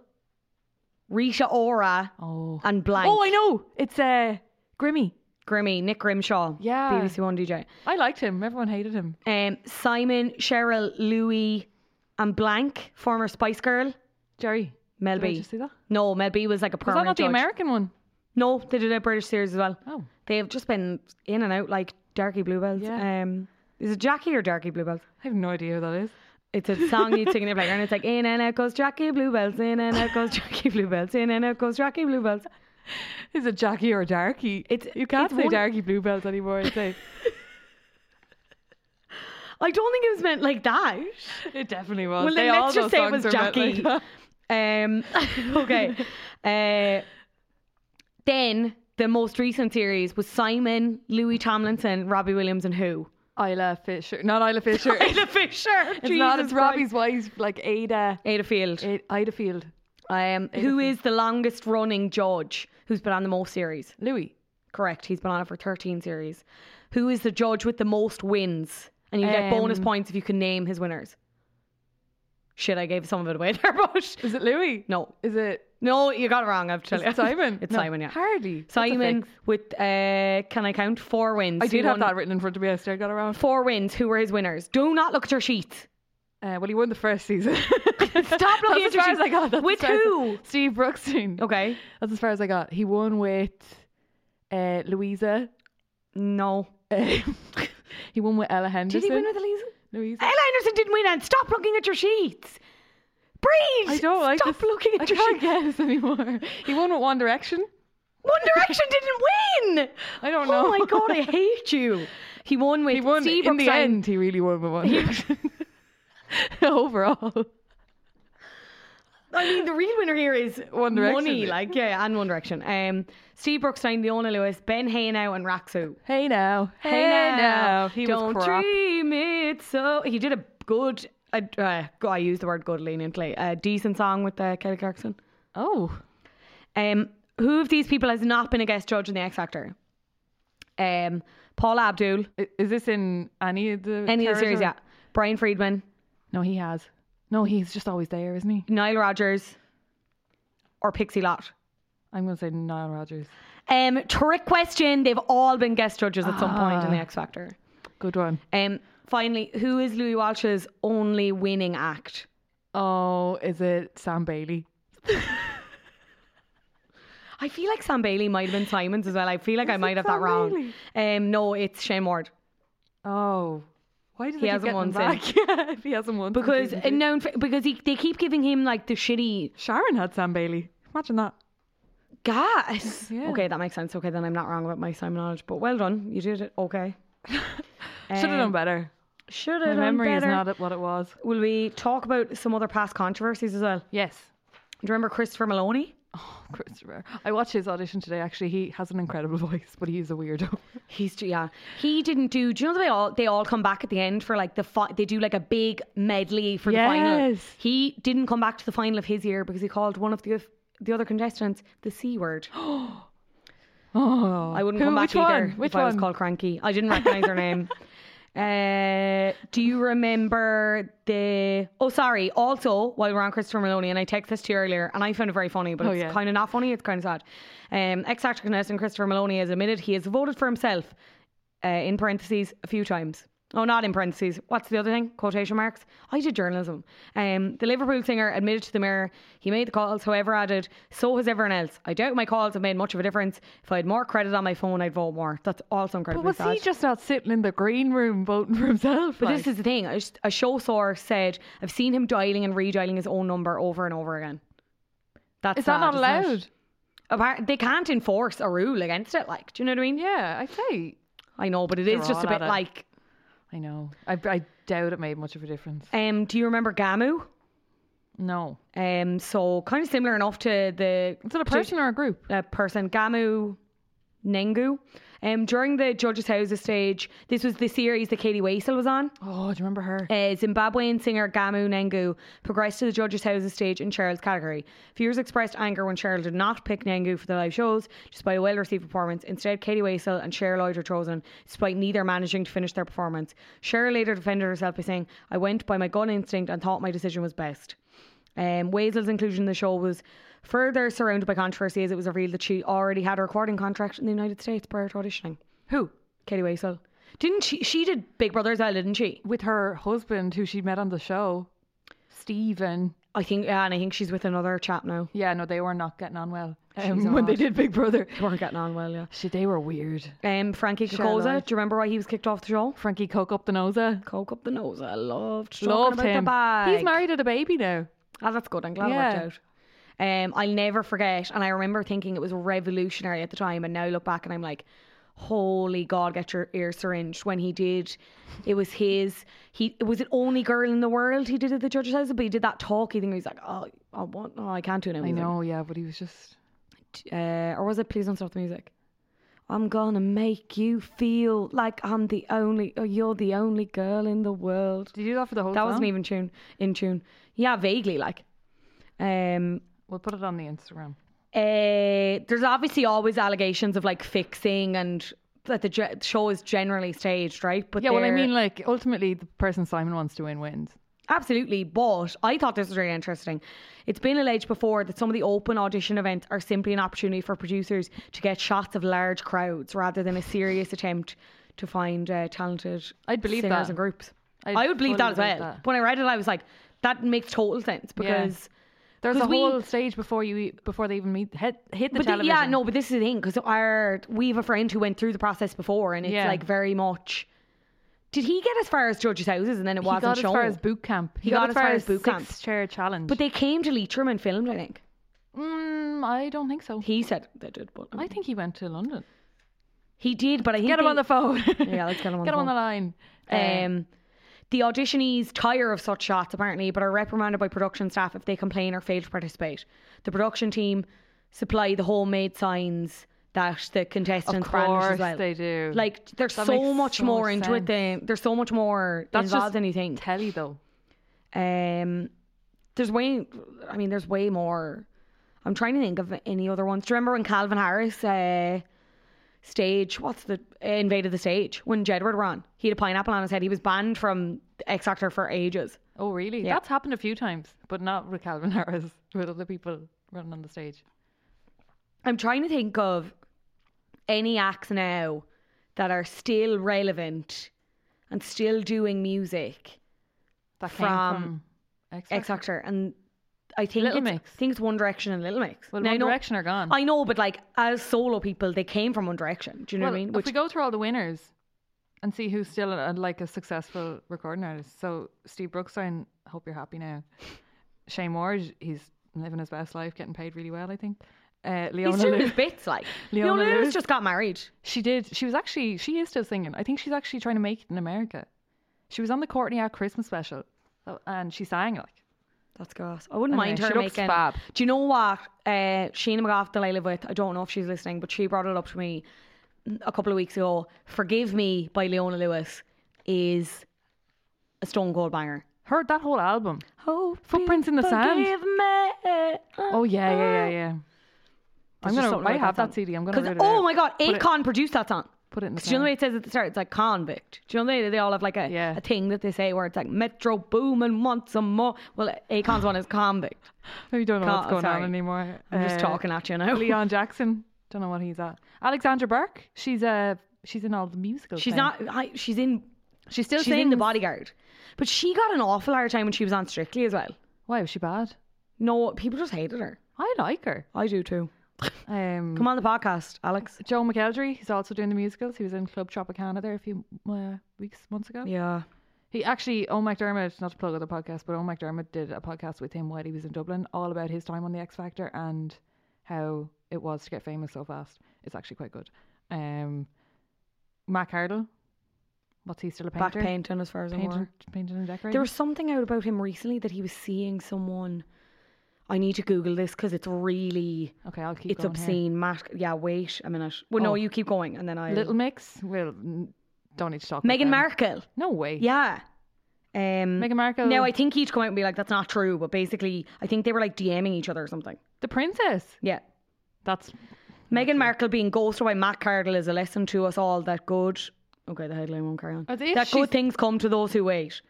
Rita Ora, Oh. and Blank. Oh, I know. It's uh, Grimmy. Grimmy, Nick Grimshaw. Yeah. BBC One DJ. I liked him. Everyone hated him. Um, Simon, Cheryl, Louis, and Blank, former Spice Girl. Jerry. Mel Did I B. just see that? No, Mel B was like a Was that permanent not the judge. American one? No, they did a British series as well. Oh. They have just been in and out like Darky Bluebells. Yeah. Um, is it Jackie or Darky Bluebells? I have no idea who that is. It's a song you'd sing in your playground. It's like in and out goes Jackie Bluebells, in and out goes Jackie Bluebells, in and out goes Jackie Bluebells. Is it Jackie or Darky? It's- you can't it's say one- Darky Bluebells anymore. I'd say. I don't think it was meant like that. [LAUGHS] It definitely was. well, They- then all let's just those say it was songs are Jackie. meant [LAUGHS] like um, okay. [LAUGHS] Uh, then the most recent series was Simon, Louis Tomlinson, Robbie Williams, and who? that. [LAUGHS] Isla Fisher. Not [LAUGHS] Isla Fisher. [LAUGHS] it's Ida Fisher. It's not. It's Robbie's wife, like Ada. Ada Field. A- Ida Field. Um, who is the longest running judge who's been on the most series? Louis. Correct. He's been on it for 13 series. Who is the judge with the most wins? And you get bonus Um, points if you can name his winners. Shit, I gave some of it away [LAUGHS] there, but Is it Louis? no. Is it? No, you got it wrong, I've Is told you. [LAUGHS] it Simon? it's No, Simon, yeah. Hardly. That's a Simon fix. with, uh, can I count? Four wins. I He did have won that written in front of me. I still got around. Four wins. Who were his winners? Do not look at your sheets. Uh, well, he won the [LAUGHS] first season. Stop looking at [LAUGHS] That's as your far as I sheet. got. That's With as far as I- who? Steve Brookstein. Okay. That's as far as I got. He won with uh, Louisa. Uh, No. [LAUGHS] he won with Ella Henderson. Did he win with Elisa? Louisa? Ella Anderson didn't win, and stop looking at your sheets. Breathe. I don't like Stop this. looking at I your can't sheets. guess anymore. He won with One Direction. One Direction didn't win. [LAUGHS] I don't Oh know. my god, I hate you. He won with He won Steve in the Brookstein. end. He really won with One Direction. [LAUGHS] Overall, I mean, the real winner here is One Direction. money, like yeah, and One Direction. Um, Steve Brookstein, Leona Lewis, Ben Haynow, and Raxu. hey now, hey, He don't was crap. dream it so. He did a good. Uh, uh, go- I use the word good leniently. A decent song with uh, Kelly Clarkson. Oh, Um, who of these people has not been a guest judge in the X Factor? Um, Paula Abdul, I- is this in any of the any of the series, territory? yeah. Brian Friedman, No, he has. No, he's just always there, isn't he? Nile Rogers, or Pixie Lott. I'm going to say Nile Rodgers. Um, trick question. They've all been guest judges at some point Ah. in the X Factor. Good one. Um, finally, who is Louis Walsh's only winning act? Oh, is it Sam Bailey? I feel like Sam Bailey might have been Simon's as well. I feel like I might have that Sam wrong. Bailey? Um, no, it's Shane Ward. Oh, why did He they hasn't get won him back? [LAUGHS] yeah, if he hasn't won since Because season uh, two. known for, because he, they keep giving him like the shitty Sharon had Sam Bailey. Imagine that. gas. Yeah. Okay, that makes sense. Okay, then I'm not wrong about my Simon knowledge. But well done, you did it. [LAUGHS] Okay. Should have Um, done better. Should My have done memory better. is not at what it was. Will we talk about some other past controversies as well? Do Yes, you remember Christopher Maloney? Christopher. I watched his audition today. Actually, he has an incredible [LAUGHS] voice, but he's a weirdo. He's yeah. He didn't do. Do you know they all they all come back at the end for like the fi- they do like a big medley for the final. Yes. He didn't come back to the final of his year because he called one of the the other contestants the c [GASPS] word. Oh, I wouldn't Who- come back which either One? Which if one? I was called cranky. I didn't recognize her [LAUGHS] name. Uh, do you remember the? Oh, sorry. Also, while we're on Christopher Maloney, and I texted this to you earlier, and I found it very funny, but Oh, it's yeah. kind of not funny. It's kind of sad. Um, Ex actor contestant Christopher Maloney has admitted he has voted for himself, uh, in parentheses, a few times. Oh, not in parentheses. What's the other thing? Quotation marks. I did journalism. Um, the Liverpool singer admitted to the Mirror he made the calls, however, added, so has everyone else. I doubt my calls have made much of a difference. If I had more credit on my phone, I'd vote more. That's also But incredibly was sad. he just not sitting in the green room voting for himself? But like? this is the thing. A, sh- a show source said, I've seen him dialing and redialing his own number over and over again. That's is that not sad, isn't it? allowed? Apart- they can't enforce a rule against it. Like, do you know what I mean? Yeah, I say. I know, but it They're is just a all bit at it. like. I know. I, I doubt it made much of a difference. Um, do you remember Gamu? No. Um, so kind of similar enough to the Is it a person or a group? uh, person Gamu Nengu. Um, during the Judges Houses stage, this was the series that Katie Waisel was on. Oh, do you [LAUGHS] remember her? Uh, Zimbabwean singer Gamu Nengu progressed to the judges' houses stage in Cheryl's category. Viewers expressed anger when Cheryl did not pick Nengu for the live shows, despite a well received performance. Instead, Katie Waisel and Cheryl Lloyd were chosen, despite neither managing to finish their performance. Cheryl later defended herself by saying, I went by my gut instinct and thought my decision was best. Um, Waisel's inclusion in the show was further surrounded by controversy as it was revealed that she already had a recording contract in the United States prior to auditioning. Who? Katie Waisel. Didn't she? She did Big Brother as well, didn't she? With her husband, who she met on the show, Stephen. I think, yeah, and I think she's with another chap now. [LAUGHS] Yeah, no, they were not getting on well She's um, when they odd. did Big Brother. They weren't getting on well, yeah. Shit, they were weird. Um, Frankie Sure, Kakosa, Lloyd. do you remember why he was kicked off the show? Frankie Coke up the nose. uh, Coke up the nose. I loved talking Loved about him. the bag. He's married and a baby now. Ah, that's good. I'm glad it Yeah. worked out. Um, I'll never forget, and I remember thinking it was revolutionary at the time, and now I look back and I'm like, holy god get your ear syringed when he did it was his he it was the only girl in the world he did at the judge's house but he did that talky thing where he's like oh I want oh I can't do it now I He's like, know, yeah, but he was just. uh, or was it please don't stop the music i'm gonna make you feel like i'm the only or you're the only girl in the world Did you do that for the whole that song? wasn't even tune in tune yeah vaguely like um We'll put it on the Instagram. uh, there's obviously always allegations of like fixing and that the ge- show is generally staged right but yeah, well, I they're- mean, like, ultimately, the person Simon wants to win wins. Absolutely, but I thought this was really interesting. It's been alleged before that some of the open audition events are simply an opportunity for producers to get shots of large crowds rather than a serious attempt to find uh, talented I'd believe singers that. and groups. i I'd would believe that fully as well. believe that. When I read it, I was like, that makes total sense because. There's a 'Cause we- whole stage before you e- before they even meet hit, hit the But the- television. yeah, no, but this is the thing because our we have a friend who went through the process before, and it's Yeah. like very much. Did he get as far as judges' houses, and then it he wasn't got as shown? far as boot camp. He got as far as boot camp. six chair challenge. But they came to Leitrim and filmed. I think mm, I don't think so. he said they did, but I think he went to London. He did, but I think Get him they- on the [LAUGHS] phone. [LAUGHS] Yeah, let's get him on get the him on the phone. line. Um, the auditionees tire of such shots apparently, but are reprimanded by production staff if they complain or fail to participate. The production team supply the homemade signs that the contestants brand as course well. they do. Like there's That so makes much so more much into it than there's so much more that's involved just than you think. telly though. Um, there's way, I mean, there's way more. I'm trying to think of any other ones. Do you remember when Calvin Harris uh, stage, what's the, uh, invaded the stage when Jedward were on? He had a pineapple on his head. He was banned from X Factor for ages. Oh really? Yeah. That's happened a few times, but not with Calvin Harris, [LAUGHS] with other people running on the stage. I'm trying to think of any acts now that are still relevant and still doing music That From came from X X Factor. Factor. And I think Little it's, Mix. I think it's One Direction and Little Mix. Well, Now, I One know- Direction are gone. I know, but like as solo people, they came from One Direction. Do you know well, what I mean? If we go through all the winners and see who's still a, like a successful recording artist, so Steve Brookstein, hope you're happy now. Shane Moore, he's living his best life, getting paid really well, I think. Uh, Leona he's doing Lewis- his bits. Like Leona [LAUGHS] Leona Lewis Lewis. just got married. She did. She was actually. She is still singing. I think she's actually trying to make it in America. She was on the Courtney Act Christmas special, so- and she sang like. That's gross. I wouldn't Anyway, mind she her looks making. fab. Do you know what? Uh, Sheena McGough that I live with. I don't know if she's listening, but she brought it up to me a couple of weeks ago. "Forgive Me" by Leona Lewis is a stone cold banger. Heard that whole album. Oh, Footprints in the sand. Forgive me. Oh yeah, yeah, yeah, yeah. I'm gonna. I have that, CD. I'm gonna. write it Oh out. my god, Put it- Akon produced that song. Put it in the. 'Cause do you know the car. way it says at the start? It's like convict. Do you know the way that they all have like a, Yeah. a thing that they say where it's like Metro Boomin want some more? Well, Akon's one is convict. [SIGHS] [LAUGHS] I don't know Ca- what's going sorry. on anymore. I'm just Uh, talking at you now. [LAUGHS] Leon Jackson. Don't know what he's at. Alexandra Burke. She's uh she's in all the musicals. She's now. not. I, she's in. She's still she's in the sings. bodyguard, but she got an awful hard time when she was on Strictly as well. Why was she bad? No, people just hated her. I like her. I do too. Um, Come on the podcast, Alex. Joe McElderry. He's also doing the musicals. He was in Club Tropicana there a few uh, weeks months ago. Yeah. He actually, Owen McDermott, not to plug other podcasts, but Owen McDermott did a podcast with him while he was in Dublin, all about his time on The X Factor and how it was to get famous so fast. It's actually quite good. Um, Mac Hardle, what's he still a Back painter? painting as far as I'm painting, aware. painting and decorating. There was something out about him recently that he was seeing someone. I need to Google this because it's really okay, I'll keep. it's going here. obscene. Matt, yeah, wait a minute. Well, no, Oh. you keep going, and then I. Little Mix. Well, n- don't need to talk. about Meghan them. Markle. No way. Yeah. Um, Meghan Markle. Now I think he'd come out and be like, "That's not true," but basically, I think they were like DMing each other or something. the princess. Yeah. That's Meghan Markle being ghosted by Matt Cardle is a lesson to us all that good. Okay, the headline won't carry on. As if That she's- good things come to those who wait.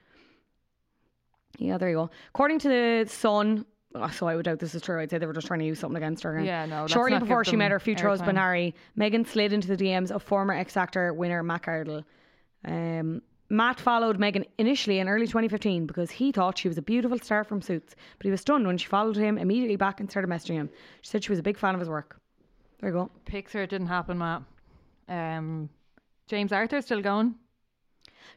Yeah, there you go. According to the Sun, oh, so I would doubt this is true. I'd say they were just trying to use something against her. Again. Yeah, no, let's Shortly not give before she met them her future husband airtime. Harry, Meghan slid into the DMs of former ex actor winner Matt Cardle. Um, Matt followed Meghan initially in early 2015 because he thought she was a beautiful star from Suits, but he was stunned when she followed him immediately back and started messaging him. She said she was a big fan of his work. There you go. picture. It didn't happen, Matt. Um, James Arthur still going.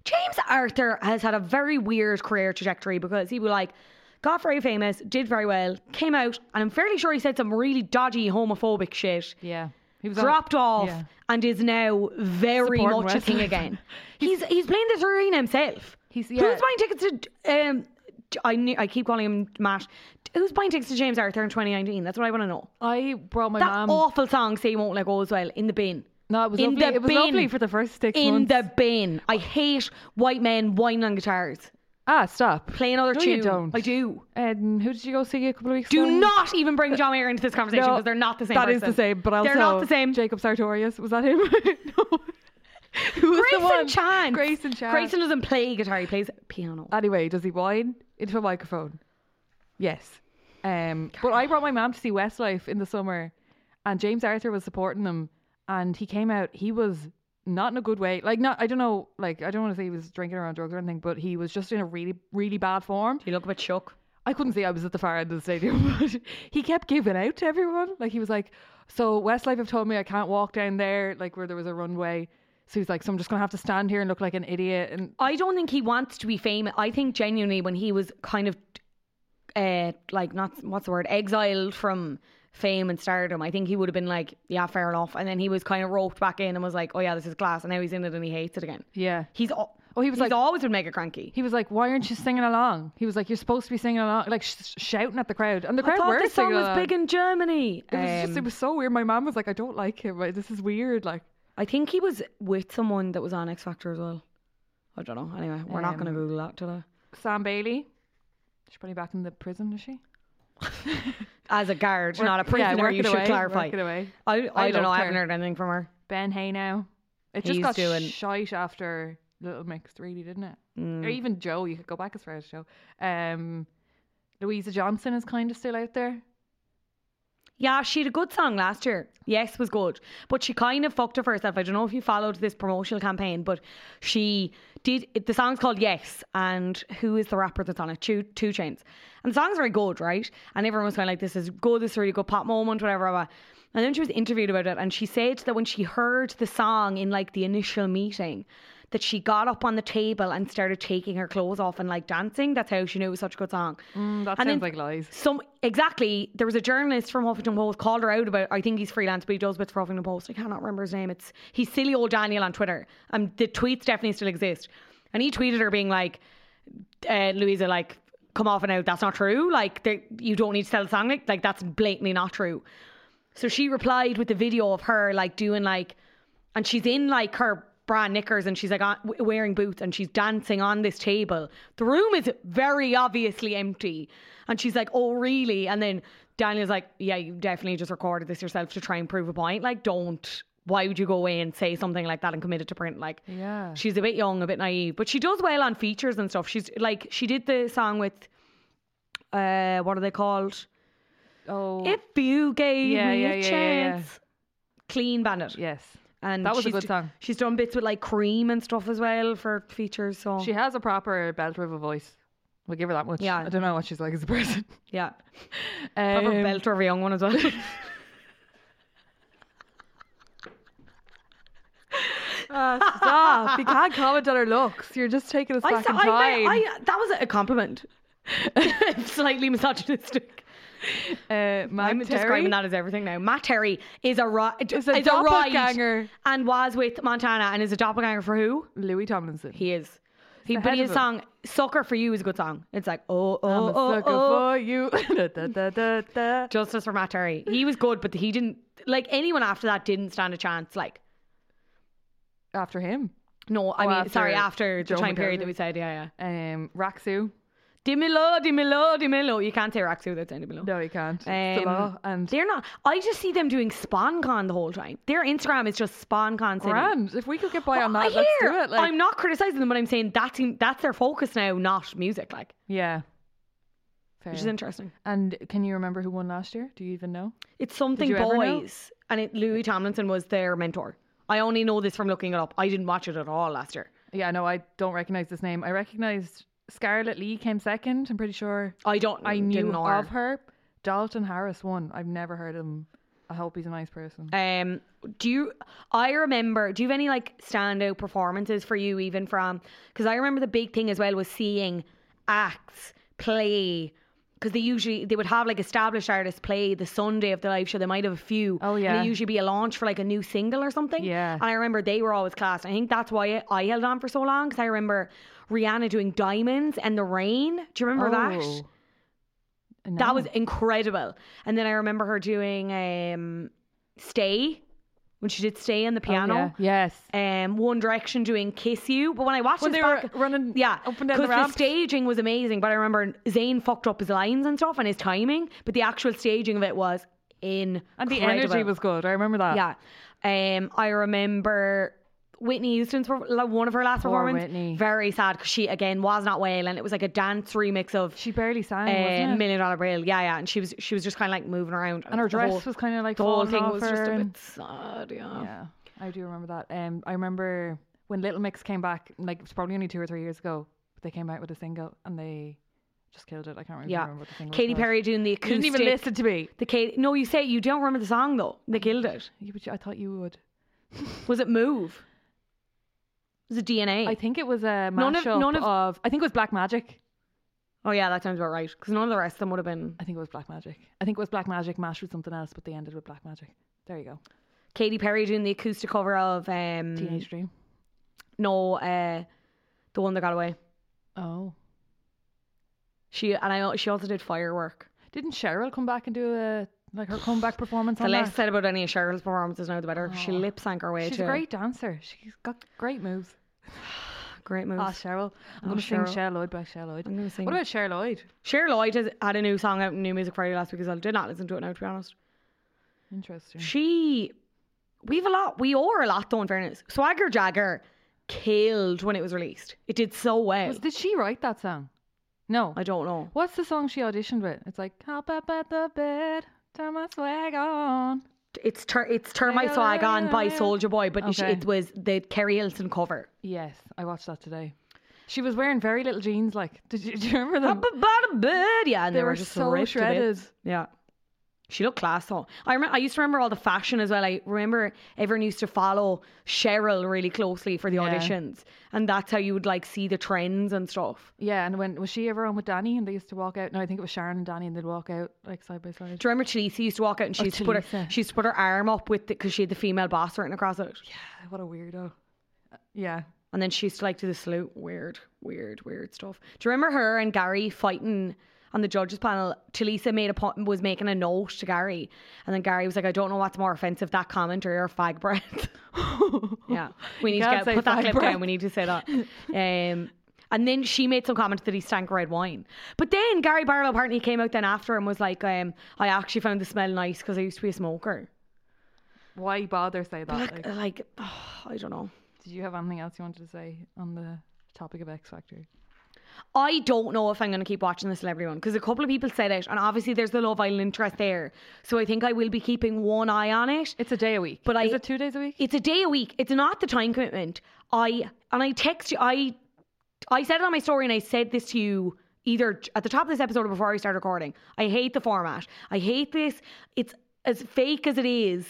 James Arthur has had a very weird career trajectory because he was like, got very famous, did very well, came out, and I'm fairly sure he said some really dodgy homophobic shit. Yeah. He was on- dropped off, yeah. and is now very Supporting much a thing wrestling. again. [LAUGHS] he's he's playing this arena himself. He's- yeah. Who's buying tickets to? Um, J- I knew- I keep calling him Matt. Who's buying tickets to James Arthur in 2019? That's what I want to know. I brought my that mom. awful song "Say You Won't Let Go" as well in the bin. No, it was in lovely. the It was bin. lovely for the first six in months. the bin. I hate white men whining on guitars. ah, stop. Play another no, tune. You don't. I do. Um, who did you go see a couple of weeks Do ago? not even bring John Mayer [LAUGHS] into this conversation because they're not the same. That is person. the same, but I'll they're tell not the same. Jacob Sartorius was that him? [LAUGHS] no. Who was the one? Grayson Chan. Grayson Chan. Grayson doesn't play guitar. He plays piano. Anyway, does he whine into a microphone? Yes. Um, but I brought my mom to see Westlife in the summer, and James Arthur was supporting him, and he came out. He was not in a good way. Like, not I don't know. Like, I don't want to say he was drinking around drugs or anything, but he was just in a really, really bad form. you look a bit shook. I couldn't see I was at the far end of the stadium, [LAUGHS] but he kept giving out to everyone. Like he was like, So Westlife have told me I can't walk down there, like where there was a runway. So he's like, So I'm just gonna have to stand here and look like an idiot and I don't think he wants to be famous. I think genuinely when he was kind of, uh, like not what's the word, exiled from fame and stardom. I think he would have been like, yeah, fair enough. And then he was kind of roped back in and was like, oh yeah, this is class. And now he's in it and he hates it again. Yeah. He's al- Oh, he was he's like- always been mega cranky. He was like, Why aren't you singing along? He was like, You're supposed to be singing along like sh- shouting at the crowd. And the crowd I thought were this song singing was along. big in Germany. It was just Um, it was so weird. My mom was like, I don't like him. Like, This is weird. Like I think he was with someone that was on X Factor as well. I don't know. Anyway, we're not going to Um, Google that today. Sam Bailey. She's probably back in the prison, is she? As a guard, Work- not a yeah, prisoner, work you it should away, clarify. work it away. I, I, I don't know. loved I haven't her. heard anything from her. Ben Hay now. It just He's got doing- Mm. shite after Little Mix, really, didn't it? Or even Joe, you could go back as far as Joe. Um, Louisa Johnson is kind of still out there. Yeah, she had a good song last year. Yes, was good. But she kind of fucked up herself. I don't know if you followed this promotional campaign, but she did. It, the song's called Yes, and who is the rapper that's on it? Two, two Chains. And the song's very good, right? And everyone was going like, this is good, this is a really good pop moment, whatever. blah, blah. And then she was interviewed about it, and she said that when she heard the song in like the initial meeting, that she got up on the table and started taking her clothes off and like dancing. That's how she knew it was such a good song. That And sounds then- like lies. Some exactly. There was a journalist from Huffington Post called her out about. I think he's freelance, but he does bits for Huffington Post. I cannot remember his name. It's he's silly old Daniel on Twitter. Um, the tweets definitely still exist, and he tweeted her being like, uh, "Louisa, like, come off and out. That's not true. Like, there- you don't need to sell the song. Like, like that's blatantly not true." So she replied with the video of her like doing like, and she's in like her brand knickers and she's like on, w- wearing boots and she's dancing on this table. The room is very obviously empty, and she's like, "Oh, really?" And then Daniel's like, "Yeah, you definitely just recorded this yourself to try and prove a point. Like, don't." Why would you go away and say something like that and commit it to print? Like, Yeah. she's a bit young, a bit naive, but she does well on features and stuff. She's like, she did the song with, uh, what are they called? Oh, If you gave Yeah, me a yeah, yeah, yeah, yeah. chance. Clean Bandit. yes. And That was a she's good d- song. She's done bits with like cream and stuff as well for features. So She has a proper belter of a voice. We'll give her that much. Yeah. I don't know what she's like as a person. yeah. [LAUGHS] Um, Proper [LAUGHS] belter of a young one as well. Stop. you Ah, can't comment on her looks. You're just taking us back said- in time. [LAUGHS] I, I- that was a compliment. [LAUGHS] Slightly misogynistic. uh, Matt I'm Terry. describing that as everything now. Matt Terry is a ri- Is a is a ride doppelganger. and was with Montana and is a doppelganger for who? Louis Tomlinson. He is. He, the but head his of it. song "Sucker for You" is a good song. It's like oh oh I'm a oh sucker oh. for you. [LAUGHS] Da, da, da, da, da. Justice for Matt Terry. He was good, but he didn't like anyone after that didn't stand a chance. Like After him. no, I Oh, mean after sorry, after the Joe time period that McCarthy. we said, yeah, yeah. Um, Raksu. Dimilo, Dimilo, Dimilo. You can't say Raxu without saying Dimilo. No, he can't. It's Um, the law. And they're not. I just see them doing SpawnCon the whole time. Their Instagram is just SpawnCon. City. grand. If we could get by on I that, hear. let's do it. Like, I'm not criticizing them, but I'm saying that's in- that's their focus now, not music. Like, Yeah. Fair. which is interesting. and can you remember who won last year? Do you even know? It's something you ever know? boys, and it Louis Tomlinson was their mentor. I only know this from looking it up. I didn't watch it at all last year. Yeah, no, I don't recognize this name. I recognized Scarlett Lee came second. I'm pretty sure I don't. I didn't knew know of her. Dalton Harris won. I've never heard of him. I hope he's a nice person. Um, do you? I remember. Do you have any like standout performances for you, even from? Because I remember the big thing as well was seeing acts play because they usually they would have like established artists play the Sunday of the live show. They might have a few. Oh, And yeah. it usually be a launch for like a new single or something. Yeah. And I remember they were always class. I think that's why I held on for so long because I remember Rihanna doing Diamonds and the Rain. Do you remember Oh. that? that? That was incredible. And then I remember her doing um, Stay when she did Stay on the Oh, piano Yes. um, One Direction doing "Kiss You," but when I watched When this they were back, running yeah, up and down the because ramp. staging was amazing. But I remember Zayn fucked up his lines and stuff and his timing, but the actual staging of it was incredible. And the energy was good. I remember that. yeah. Um, I remember Whitney Houston's per- like, one of her last Poor performances. Whitney. Very sad because she again was not well, and it was like a dance remix of She barely sang, uh, wasn't it? Million Dollar Bill. Yeah, yeah, and she was she was just kind of like moving around, And her the dress whole- was kind of like the whole falling thing off was just her a and- bit sad. Yeah. Yeah, I do remember that. Um, I remember when Little Mix came back, like it's probably only two or three years ago. But they came out with a single and they just killed it. I can't really Yeah. remember what the single. was Katy called. Perry doing the You acoustic. didn't even listen to me. The Katy. No, you say you don't remember the song though. They killed it. Yeah, but you- I thought you would. Was it Move? Was it DNA? I think it was a mashup None of- none of- of. I think it was Black Magic. Oh yeah, that sounds about right. Because none of the rest of them would have been. I think it was Black Magic. I think it was Black Magic mashed with something else, but they ended with Black Magic. There you go. Katy Perry doing the acoustic cover of um Teenage Dream. no uh the one that got away. Oh. She and I she also did Firework. Didn't Cheryl come back and do a like her comeback performance The on less that? said about any of Cheryl's performances now, the better. She Oh. lip sank her way She's to a great dancer. She's got great moves. great moves. Ah, Cheryl. I'm Oh, gonna sing Cheryl. Cheryl Lloyd by Cheryl Lloyd. I'm gonna sing- What about Cheryl Lloyd? Cheryl Lloyd has had a new song out in New Music Friday last week as well. Did not listen to it now, to be honest. Interesting. She, we've a lot, we owe her a lot though, in fairness. Swagger Jagger killed when it was released. It did so well. Was, did she write that song? No. I don't know. What's the song she auditioned with? It's like hop up at the bed, turn my swag on. It's tur it's Turn My Swag On by Soldier Boy, but she- Okay. it was the Kerry Hilton cover. Yes, I watched that today. She was wearing very little jeans. Like, [LAUGHS] did you, do you remember them? Up about a bird, yeah, and They they, were just so ripped to shredded. bits. Yeah. She looked class though. I remember. I used to remember all the fashion as well. I remember everyone used to follow Cheryl really closely for the Yeah. auditions, and that's how you would like see the trends and stuff. Yeah, and when was she ever on with Danny? And they used to walk out. No, I think it was Sharon and Danny, and they'd walk out like side by side. Do you remember Talisa used to walk out and she Oh, used to put her Talisa. she used to put her arm up with because she had the female boss written across it, What a weirdo. Uh, Yeah. and then she used to like do the salute. Weird, weird, weird stuff. Do you remember her and Gary fighting on the judges panel? Talisa made a po- was making a note to Gary, and then Gary was like, "I don't know what's more offensive, that comment or your fag breath." [LAUGHS] yeah, we need to can't get say put that fag clip breath. down. We need to say that. [LAUGHS] Um, and then she made some comment that he stank red wine. But then Gary Barlow apparently came out then after and was like, um, "I actually found the smell nice because I used to be a smoker." Why bother say that? Like, Like, like [SIGHS] oh, I don't know. did you have anything else you wanted to say on the topic of X Factor? I don't know if I'm going to keep watching the celebrity one because a couple of people said it, and obviously there's the Love Island interest there. So I think I will be keeping one eye on it. It's a day a week. But I- is it two days a week? It's a day a week. It's not the time commitment. I and I text you. I I said it on my story, and I said this to you either at the top of this episode or before I start recording. I hate the format. I hate this. It's as fake as it is.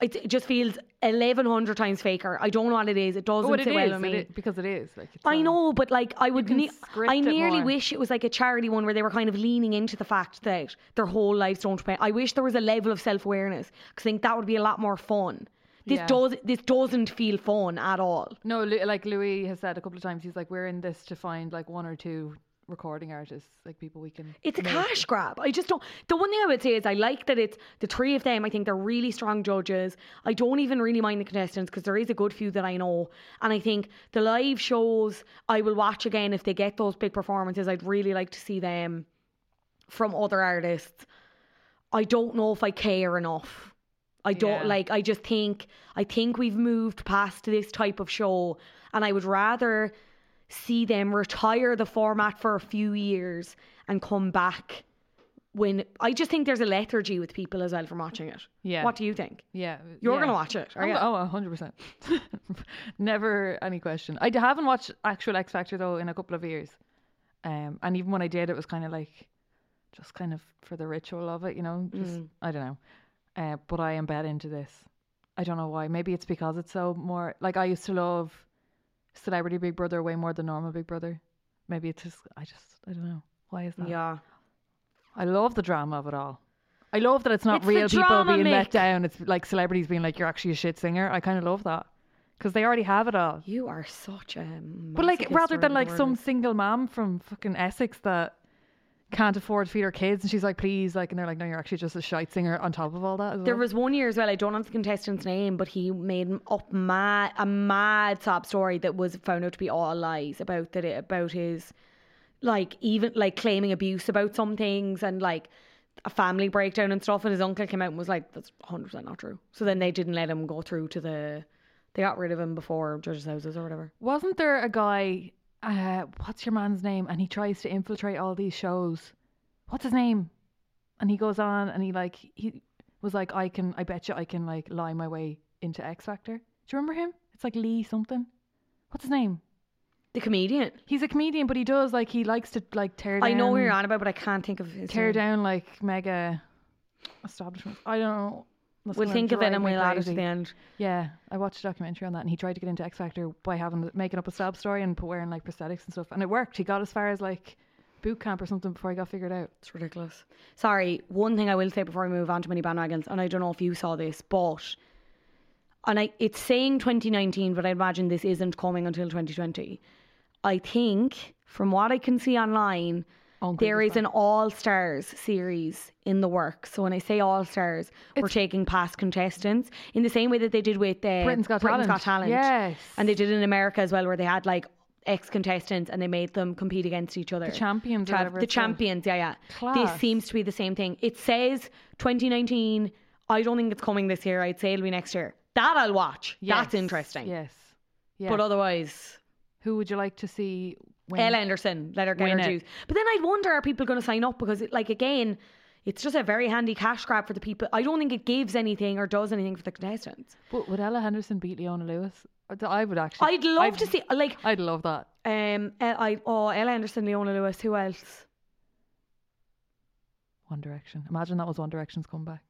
It it just feels eleven hundred times faker. I don't know what it is. It doesn't Oh, it sit well is, with it me. i- because it is. Like, it's um, I on- know, but like I would, can ne- script I it nearly more. wish it was like a charity one where they were kind of leaning into the fact that their whole lives don't depend. I wish there was a level of self awareness because I think that would be a lot more fun. This Yeah. does this doesn't feel fun at all. No, Lu- like Louis has said a couple of times, he's like, we're in this to find like one or two recording artists, like people we can. It's a make." cash grab. I just don't. The one thing I would say is I like that it's the three of them. I think they're really strong judges. I don't even really mind the contestants because there is a good few that I know. And I think the live shows I will watch again if they get those big performances. I'd really like to see them from other artists. I don't know if I care enough. I don't Yeah. like I just think I think we've moved past this type of show and I would rather see them retire the format for a few years and come back when I just think there's a lethargy with people as well from watching it. Yeah. What do you think? Yeah. You're gonna yeah. watch it, are I'm- you? Oh, 100%. [LAUGHS] Never any question. I d- haven't watched actual X Factor though in a couple of years. Um, and even when I did, it was kind of like just kind of for the ritual of it, you know? Just, Mm. I don't know. Uh, but I am bad into this. I don't know why. Maybe it's because it's so more like I used to love Celebrity Big Brother way more than normal Big Brother. Maybe it's just, I just, I don't know. Why is that? Yeah. I love the drama of it all. I love that it's not It's the real people drama, being let Mick. down. It's like celebrities being like, "You're actually a shit singer." I kind of love that because they already have it all. You are such a. But like, masochist rather around than the like some world. single mom from fucking Essex that can't afford to feed her kids, and she's like, "Please," like, and they're like, "No, you're actually just a shite singer." On top of all that, as There well. was one year as well. I don't have the contestant's name, but he made m- up mad a mad sob story that was found out to be all lies about that eh, about his like even like claiming abuse about some things and like a family breakdown and stuff. And his uncle came out and was like, "That's hundred percent not true." So then they didn't let him go through to the. They got rid of him before judges' houses or whatever. Wasn't there a guy? Uh, what's your man's name? And he tries to infiltrate all these shows. What's his name? And he goes on and he like he was like, I can, I bet you, I can like lie my way into X Factor. Do you remember him? It's like Lee something. What's his name? The comedian. He's a comedian, but he does like he likes to like tear. down I know who you're on about, but I can't think of his tear name. down like mega establishments. I don't know. That's We'll gonna think of it drive and me we'll add it to crazy. the end. Yeah, I watched a documentary on that, and he tried to get into X Factor by having making up a sob story and put wearing like prosthetics and stuff, and it worked. He got as far as like boot camp or something before he got figured out. It's ridiculous. Sorry, one thing I will say before we move on to many bandwagons, and I don't know if you saw this, but and I it's saying 2019, but I imagine this isn't coming until 2020. I think, from what I can see online, there is an All Stars series in the works. So when I say All Stars, we're taking past contestants in the same way that they did with uh, Britain's Got Talent. Yes. and they did it in America as well, where they had like ex contestants and they made them compete against each other. champions or To have- whatever The it's called. champions champions, Yeah, yeah. Class. This seems to be the same thing. It says 2019. I don't think it's coming this year. I'd say it'll be next year. That I'll watch. That's Yes, interesting. Yes. Yeah. But otherwise, who would you like to see? Win? Elle Anderson, let her get Win her it. dues. But then I'd wonder are people going to sign up because, it, like, again, it's just a very handy cash grab for the people. I don't think it gives anything or does anything for the contestants. But would Ella Henderson beat Leona Lewis? I d- I would actually. I'd love to see, like, I'd love that. um, Elle- I oh Ella Anderson, Leona Lewis, who else? One Direction. Imagine that was One Direction's comeback.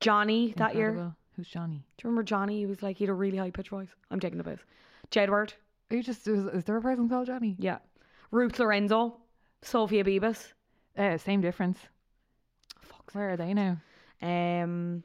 Johnny that year. Do Incredible. Who's Johnny? you remember Johnny? He was like he had a really high pitched voice. I'm taking the piss. Jedward. Are you just? Is, is there a person called Johnny? Yeah. Ruth Lorenzo, Sophia Bibas. Uh, same difference. Where are they now? Um,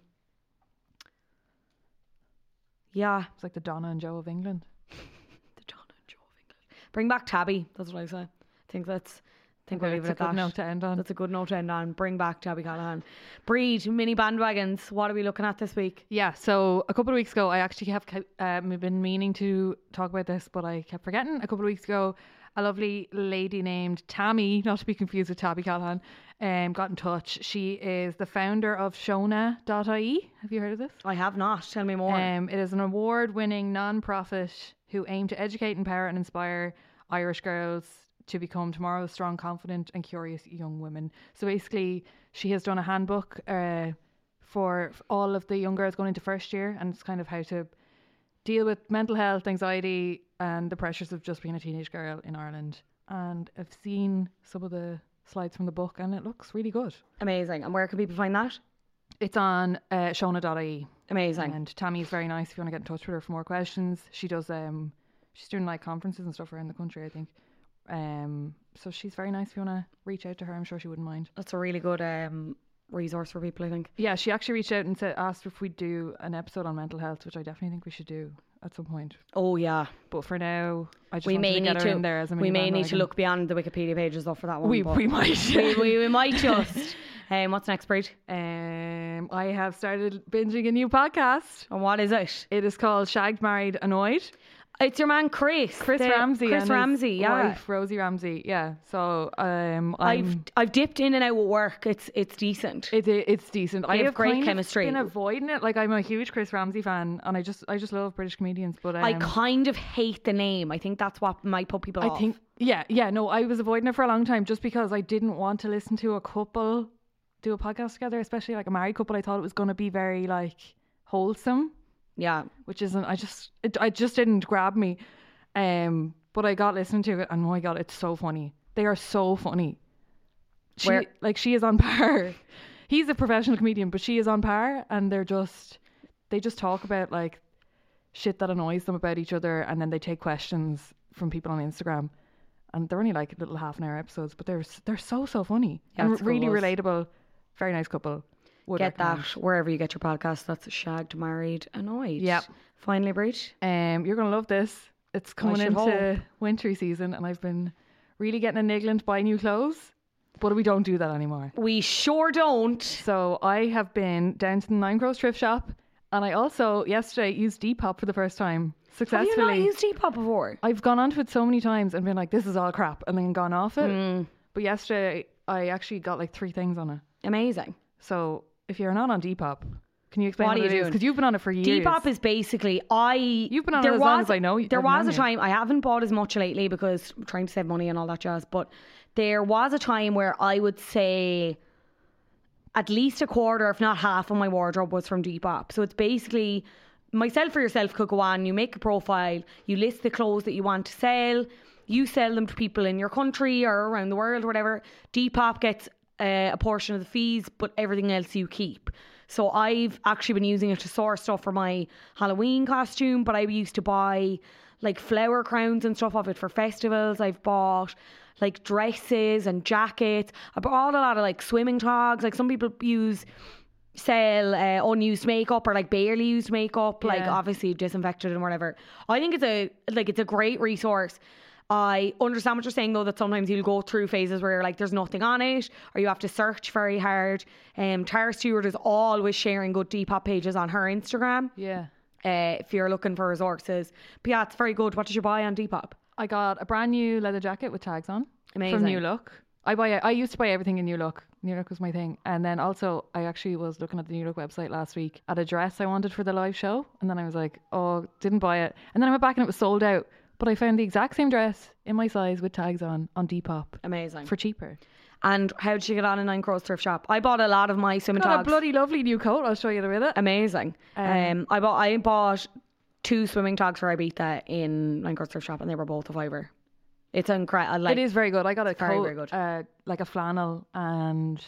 yeah. It's like the Donna and Joe of England. The John and Joe of England. Bring back Tabby. That's what I say. I think that's. I think we'll Okay, leave it at that's that. a good note to end on. That's a good note to end on. Bring back Tabby Callahan. Breed, mini bandwagons. What are we looking at this week? Yeah, so a couple of weeks ago, I actually have ke- um, been meaning to talk about this, but I kept forgetting. A couple of weeks ago, a lovely lady named Tammy, not to be confused with Tabby Callahan, um, got in touch. She is the founder of Shona.ie. E. Have you heard of this? I have not. Tell me more. Um, it is an award winning non profit who aim to educate, empower, and inspire Irish girls to become tomorrow's strong, confident, and curious young women. So basically, she has done a handbook uh, for f- all of the young girls going into first year, and it's kind of how to deal with mental health, anxiety, and the pressures of just being a teenage girl in Ireland. And I've seen some of the slides from the book, and it looks really good. Amazing. And where can people find that? It's on uh, shona.ie. Amazing. And Tammy is very nice if you want to get in touch with her for more questions. She does um she's doing like conferences and stuff around the country, I think. Um so she's very nice if you want to reach out to her. I'm sure she wouldn't mind. That's a really good um, resource for people, I think. Yeah, she actually reached out and said asked if we'd do an episode on mental health, which I definitely think we should do at some point. Oh, yeah. But for now, I just we wanted may to need get her to in there as a we may mini need to bandwagon. look beyond the Wikipedia pages though for that one. We, but we might. we, we, [LAUGHS] we [LAUGHS] might just. um, what's next, Breed? um, I have started binging a new podcast. And what is it? It is called Shagged, Married, Annoyed. It's your man Chris, Chris the- Ramsey. and Chris his Ramsey, yeah. Wife, Rosie Ramsey, yeah. So um, I've I'm, I've dipped in and out with work. It's it's decent. it, it- it's decent. I have have great kind of chemistry. been avoiding it. Like I'm a huge Chris Ramsey fan, and I just I just love British comedians. But um, I kind of hate the name. I think that's what might put people I off. think yeah yeah no, I was avoiding it for a long time just because I didn't want to listen to a couple do a podcast together, especially like a married couple. I thought it was going to be very like wholesome. yeah. which isn't I just it I just didn't grab me. Um but I got listening to it and oh my god, it's so funny. They are so funny. She Where- like she is on [LAUGHS] par. He's a professional comedian, but she is on par and they're just they just talk about like shit that annoys them about each other and then they take questions from people on Instagram and they're only like little half an hour episodes, but they're s- they're so so funny Yeah, and it's r- really goals. relatable. Very nice couple. Would Get that recommend. wherever you get your podcast. That's Shagged, Married, Annoyed. Yep. Finally, Breed. Um, you're gonna love this. It's coming should into hope. wintry season, and I've been really getting a to buy new clothes, but we don't do that anymore. We sure don't. So I have been down to the Nine Gross thrift shop, and I also yesterday used Depop for the first time Have you not successfully. used Depop before? I've gone onto it so many times and been like, "This is all crap," and then gone off it. Mm. But yesterday, I actually got like three things on it. Amazing. So if you're not on Depop, can you explain What what, are you it is? doing? Because you've been on it for years. Depop is basically I. You've been on it as long as I know you- There I've was known a you. time I haven't bought as much lately because I'm trying to save money and all that jazz. But there was a time where I would say at least a quarter, if not half, of my wardrobe was from Depop. So it's basically myself or yourself could go on. You make a profile, you list the clothes that you want to sell, you sell them to people in your country or around the world, whatever. Depop gets uh, a portion of the fees, but everything else you keep. So I've actually been using it to source stuff for my Halloween costume, but I used to buy like flower crowns and stuff of it for festivals. I've bought like dresses and jackets. I bought a lot of like swimming togs. Like some people use sell uh, unused makeup or like barely used makeup, like Yeah. obviously disinfected and whatever. I think it's a like it's a great resource. I understand what you're saying though that sometimes you'll go through phases where you're like there's nothing on it or you have to search very hard. Um Tara Stewart is always sharing good Depop pages on her Instagram. Yeah. Uh, if you're looking for resources. But yeah, it's very good. What did you buy on Depop? I got a brand new leather jacket with tags on Amazing. from New Look. I buy. I used to buy everything in New Look. New Look was my thing, and then also I actually was looking at the New Look website last week at a dress I wanted for the live show, and then I was like, oh, didn't buy it, and then I went back and it was sold out. But I found the exact same dress in my size with tags on on Depop Amazing. for cheaper. And how did you get on in Nine Crows Thrift Shop? I bought a lot of my swimming Got a togs. bloody lovely new coat. I'll show you in a minute. amazing. Um, I bought I bought two swimming togs for Ibiza in Nine Crows Thrift Shop, and they were both a fiver. It's incredible. Like, it is very good. I got a it's very, coat, very good. Uh, like a flannel and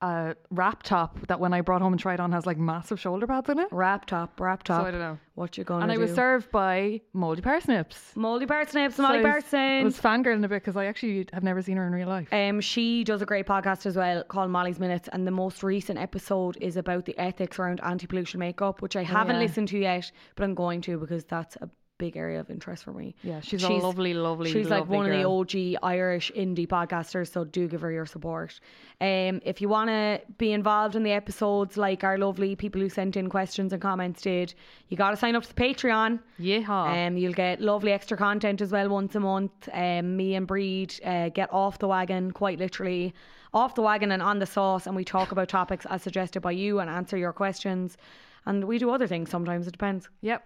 a wrap top that when I brought home and tried on has like massive shoulder pads in it. wrap top, wrap top. I don't know. what you gonna And I was served by Moldy Parsnips. Molly Parsnips, So Molly I was, I was Parsnips. fangirling a bit because I actually have never seen her in real life. Um, she does a great podcast as well called Molly's Minutes, and the most recent episode is about the ethics around anti-pollution makeup, which I haven't yeah. listened to yet, but I'm going to because that's a big area of interest for me. yeah, she's, a lovely, lovely. She's like lovely one girl. of the OG Irish indie podcasters, so do give her your support. Um, if you want to be involved in the episodes, like our lovely people who sent in questions and comments did, you got to sign up to the Patreon. Yeehaw. Um, you'll get lovely extra content as well once a month. Um, me and Breed uh, get off the wagon, quite literally, off the wagon and on the sauce, and we talk about topics as suggested by you and answer your questions. And we do other things sometimes. It [LAUGHS] depends. yep.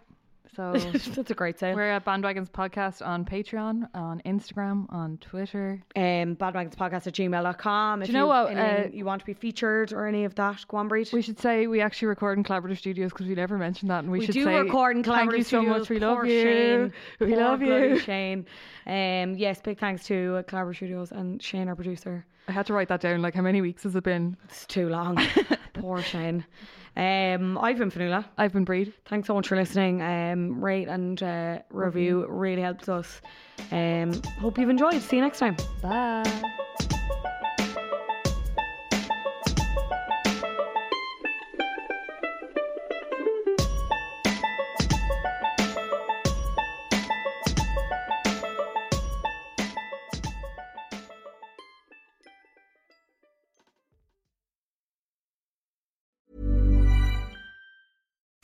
[LAUGHS] So That's a great sale. we're at Bandwagons Podcast on Patreon, on Instagram, on Twitter. um, badwagonspodcast at gmail.com. If you know you've what, anything uh, you want to be featured or any of that, go on, Breed. We should say we actually record in collaborative studios because we never mentioned that, and we, We should do say record in collaborative thank you so much. studios. We love Poor you. Shane. [LAUGHS] We Poor love bloody you. Shane. Um, yes, big thanks to uh, Collaborative Studios and Shane, our producer. I had to write that down. Like, how many weeks has it been? It's too long. Poor Shane. Um, I've been Fanula. I've been breed. Thanks so much for listening. Um, rate and uh, review really helps us. Um, hope you've enjoyed. See you next time. Bye.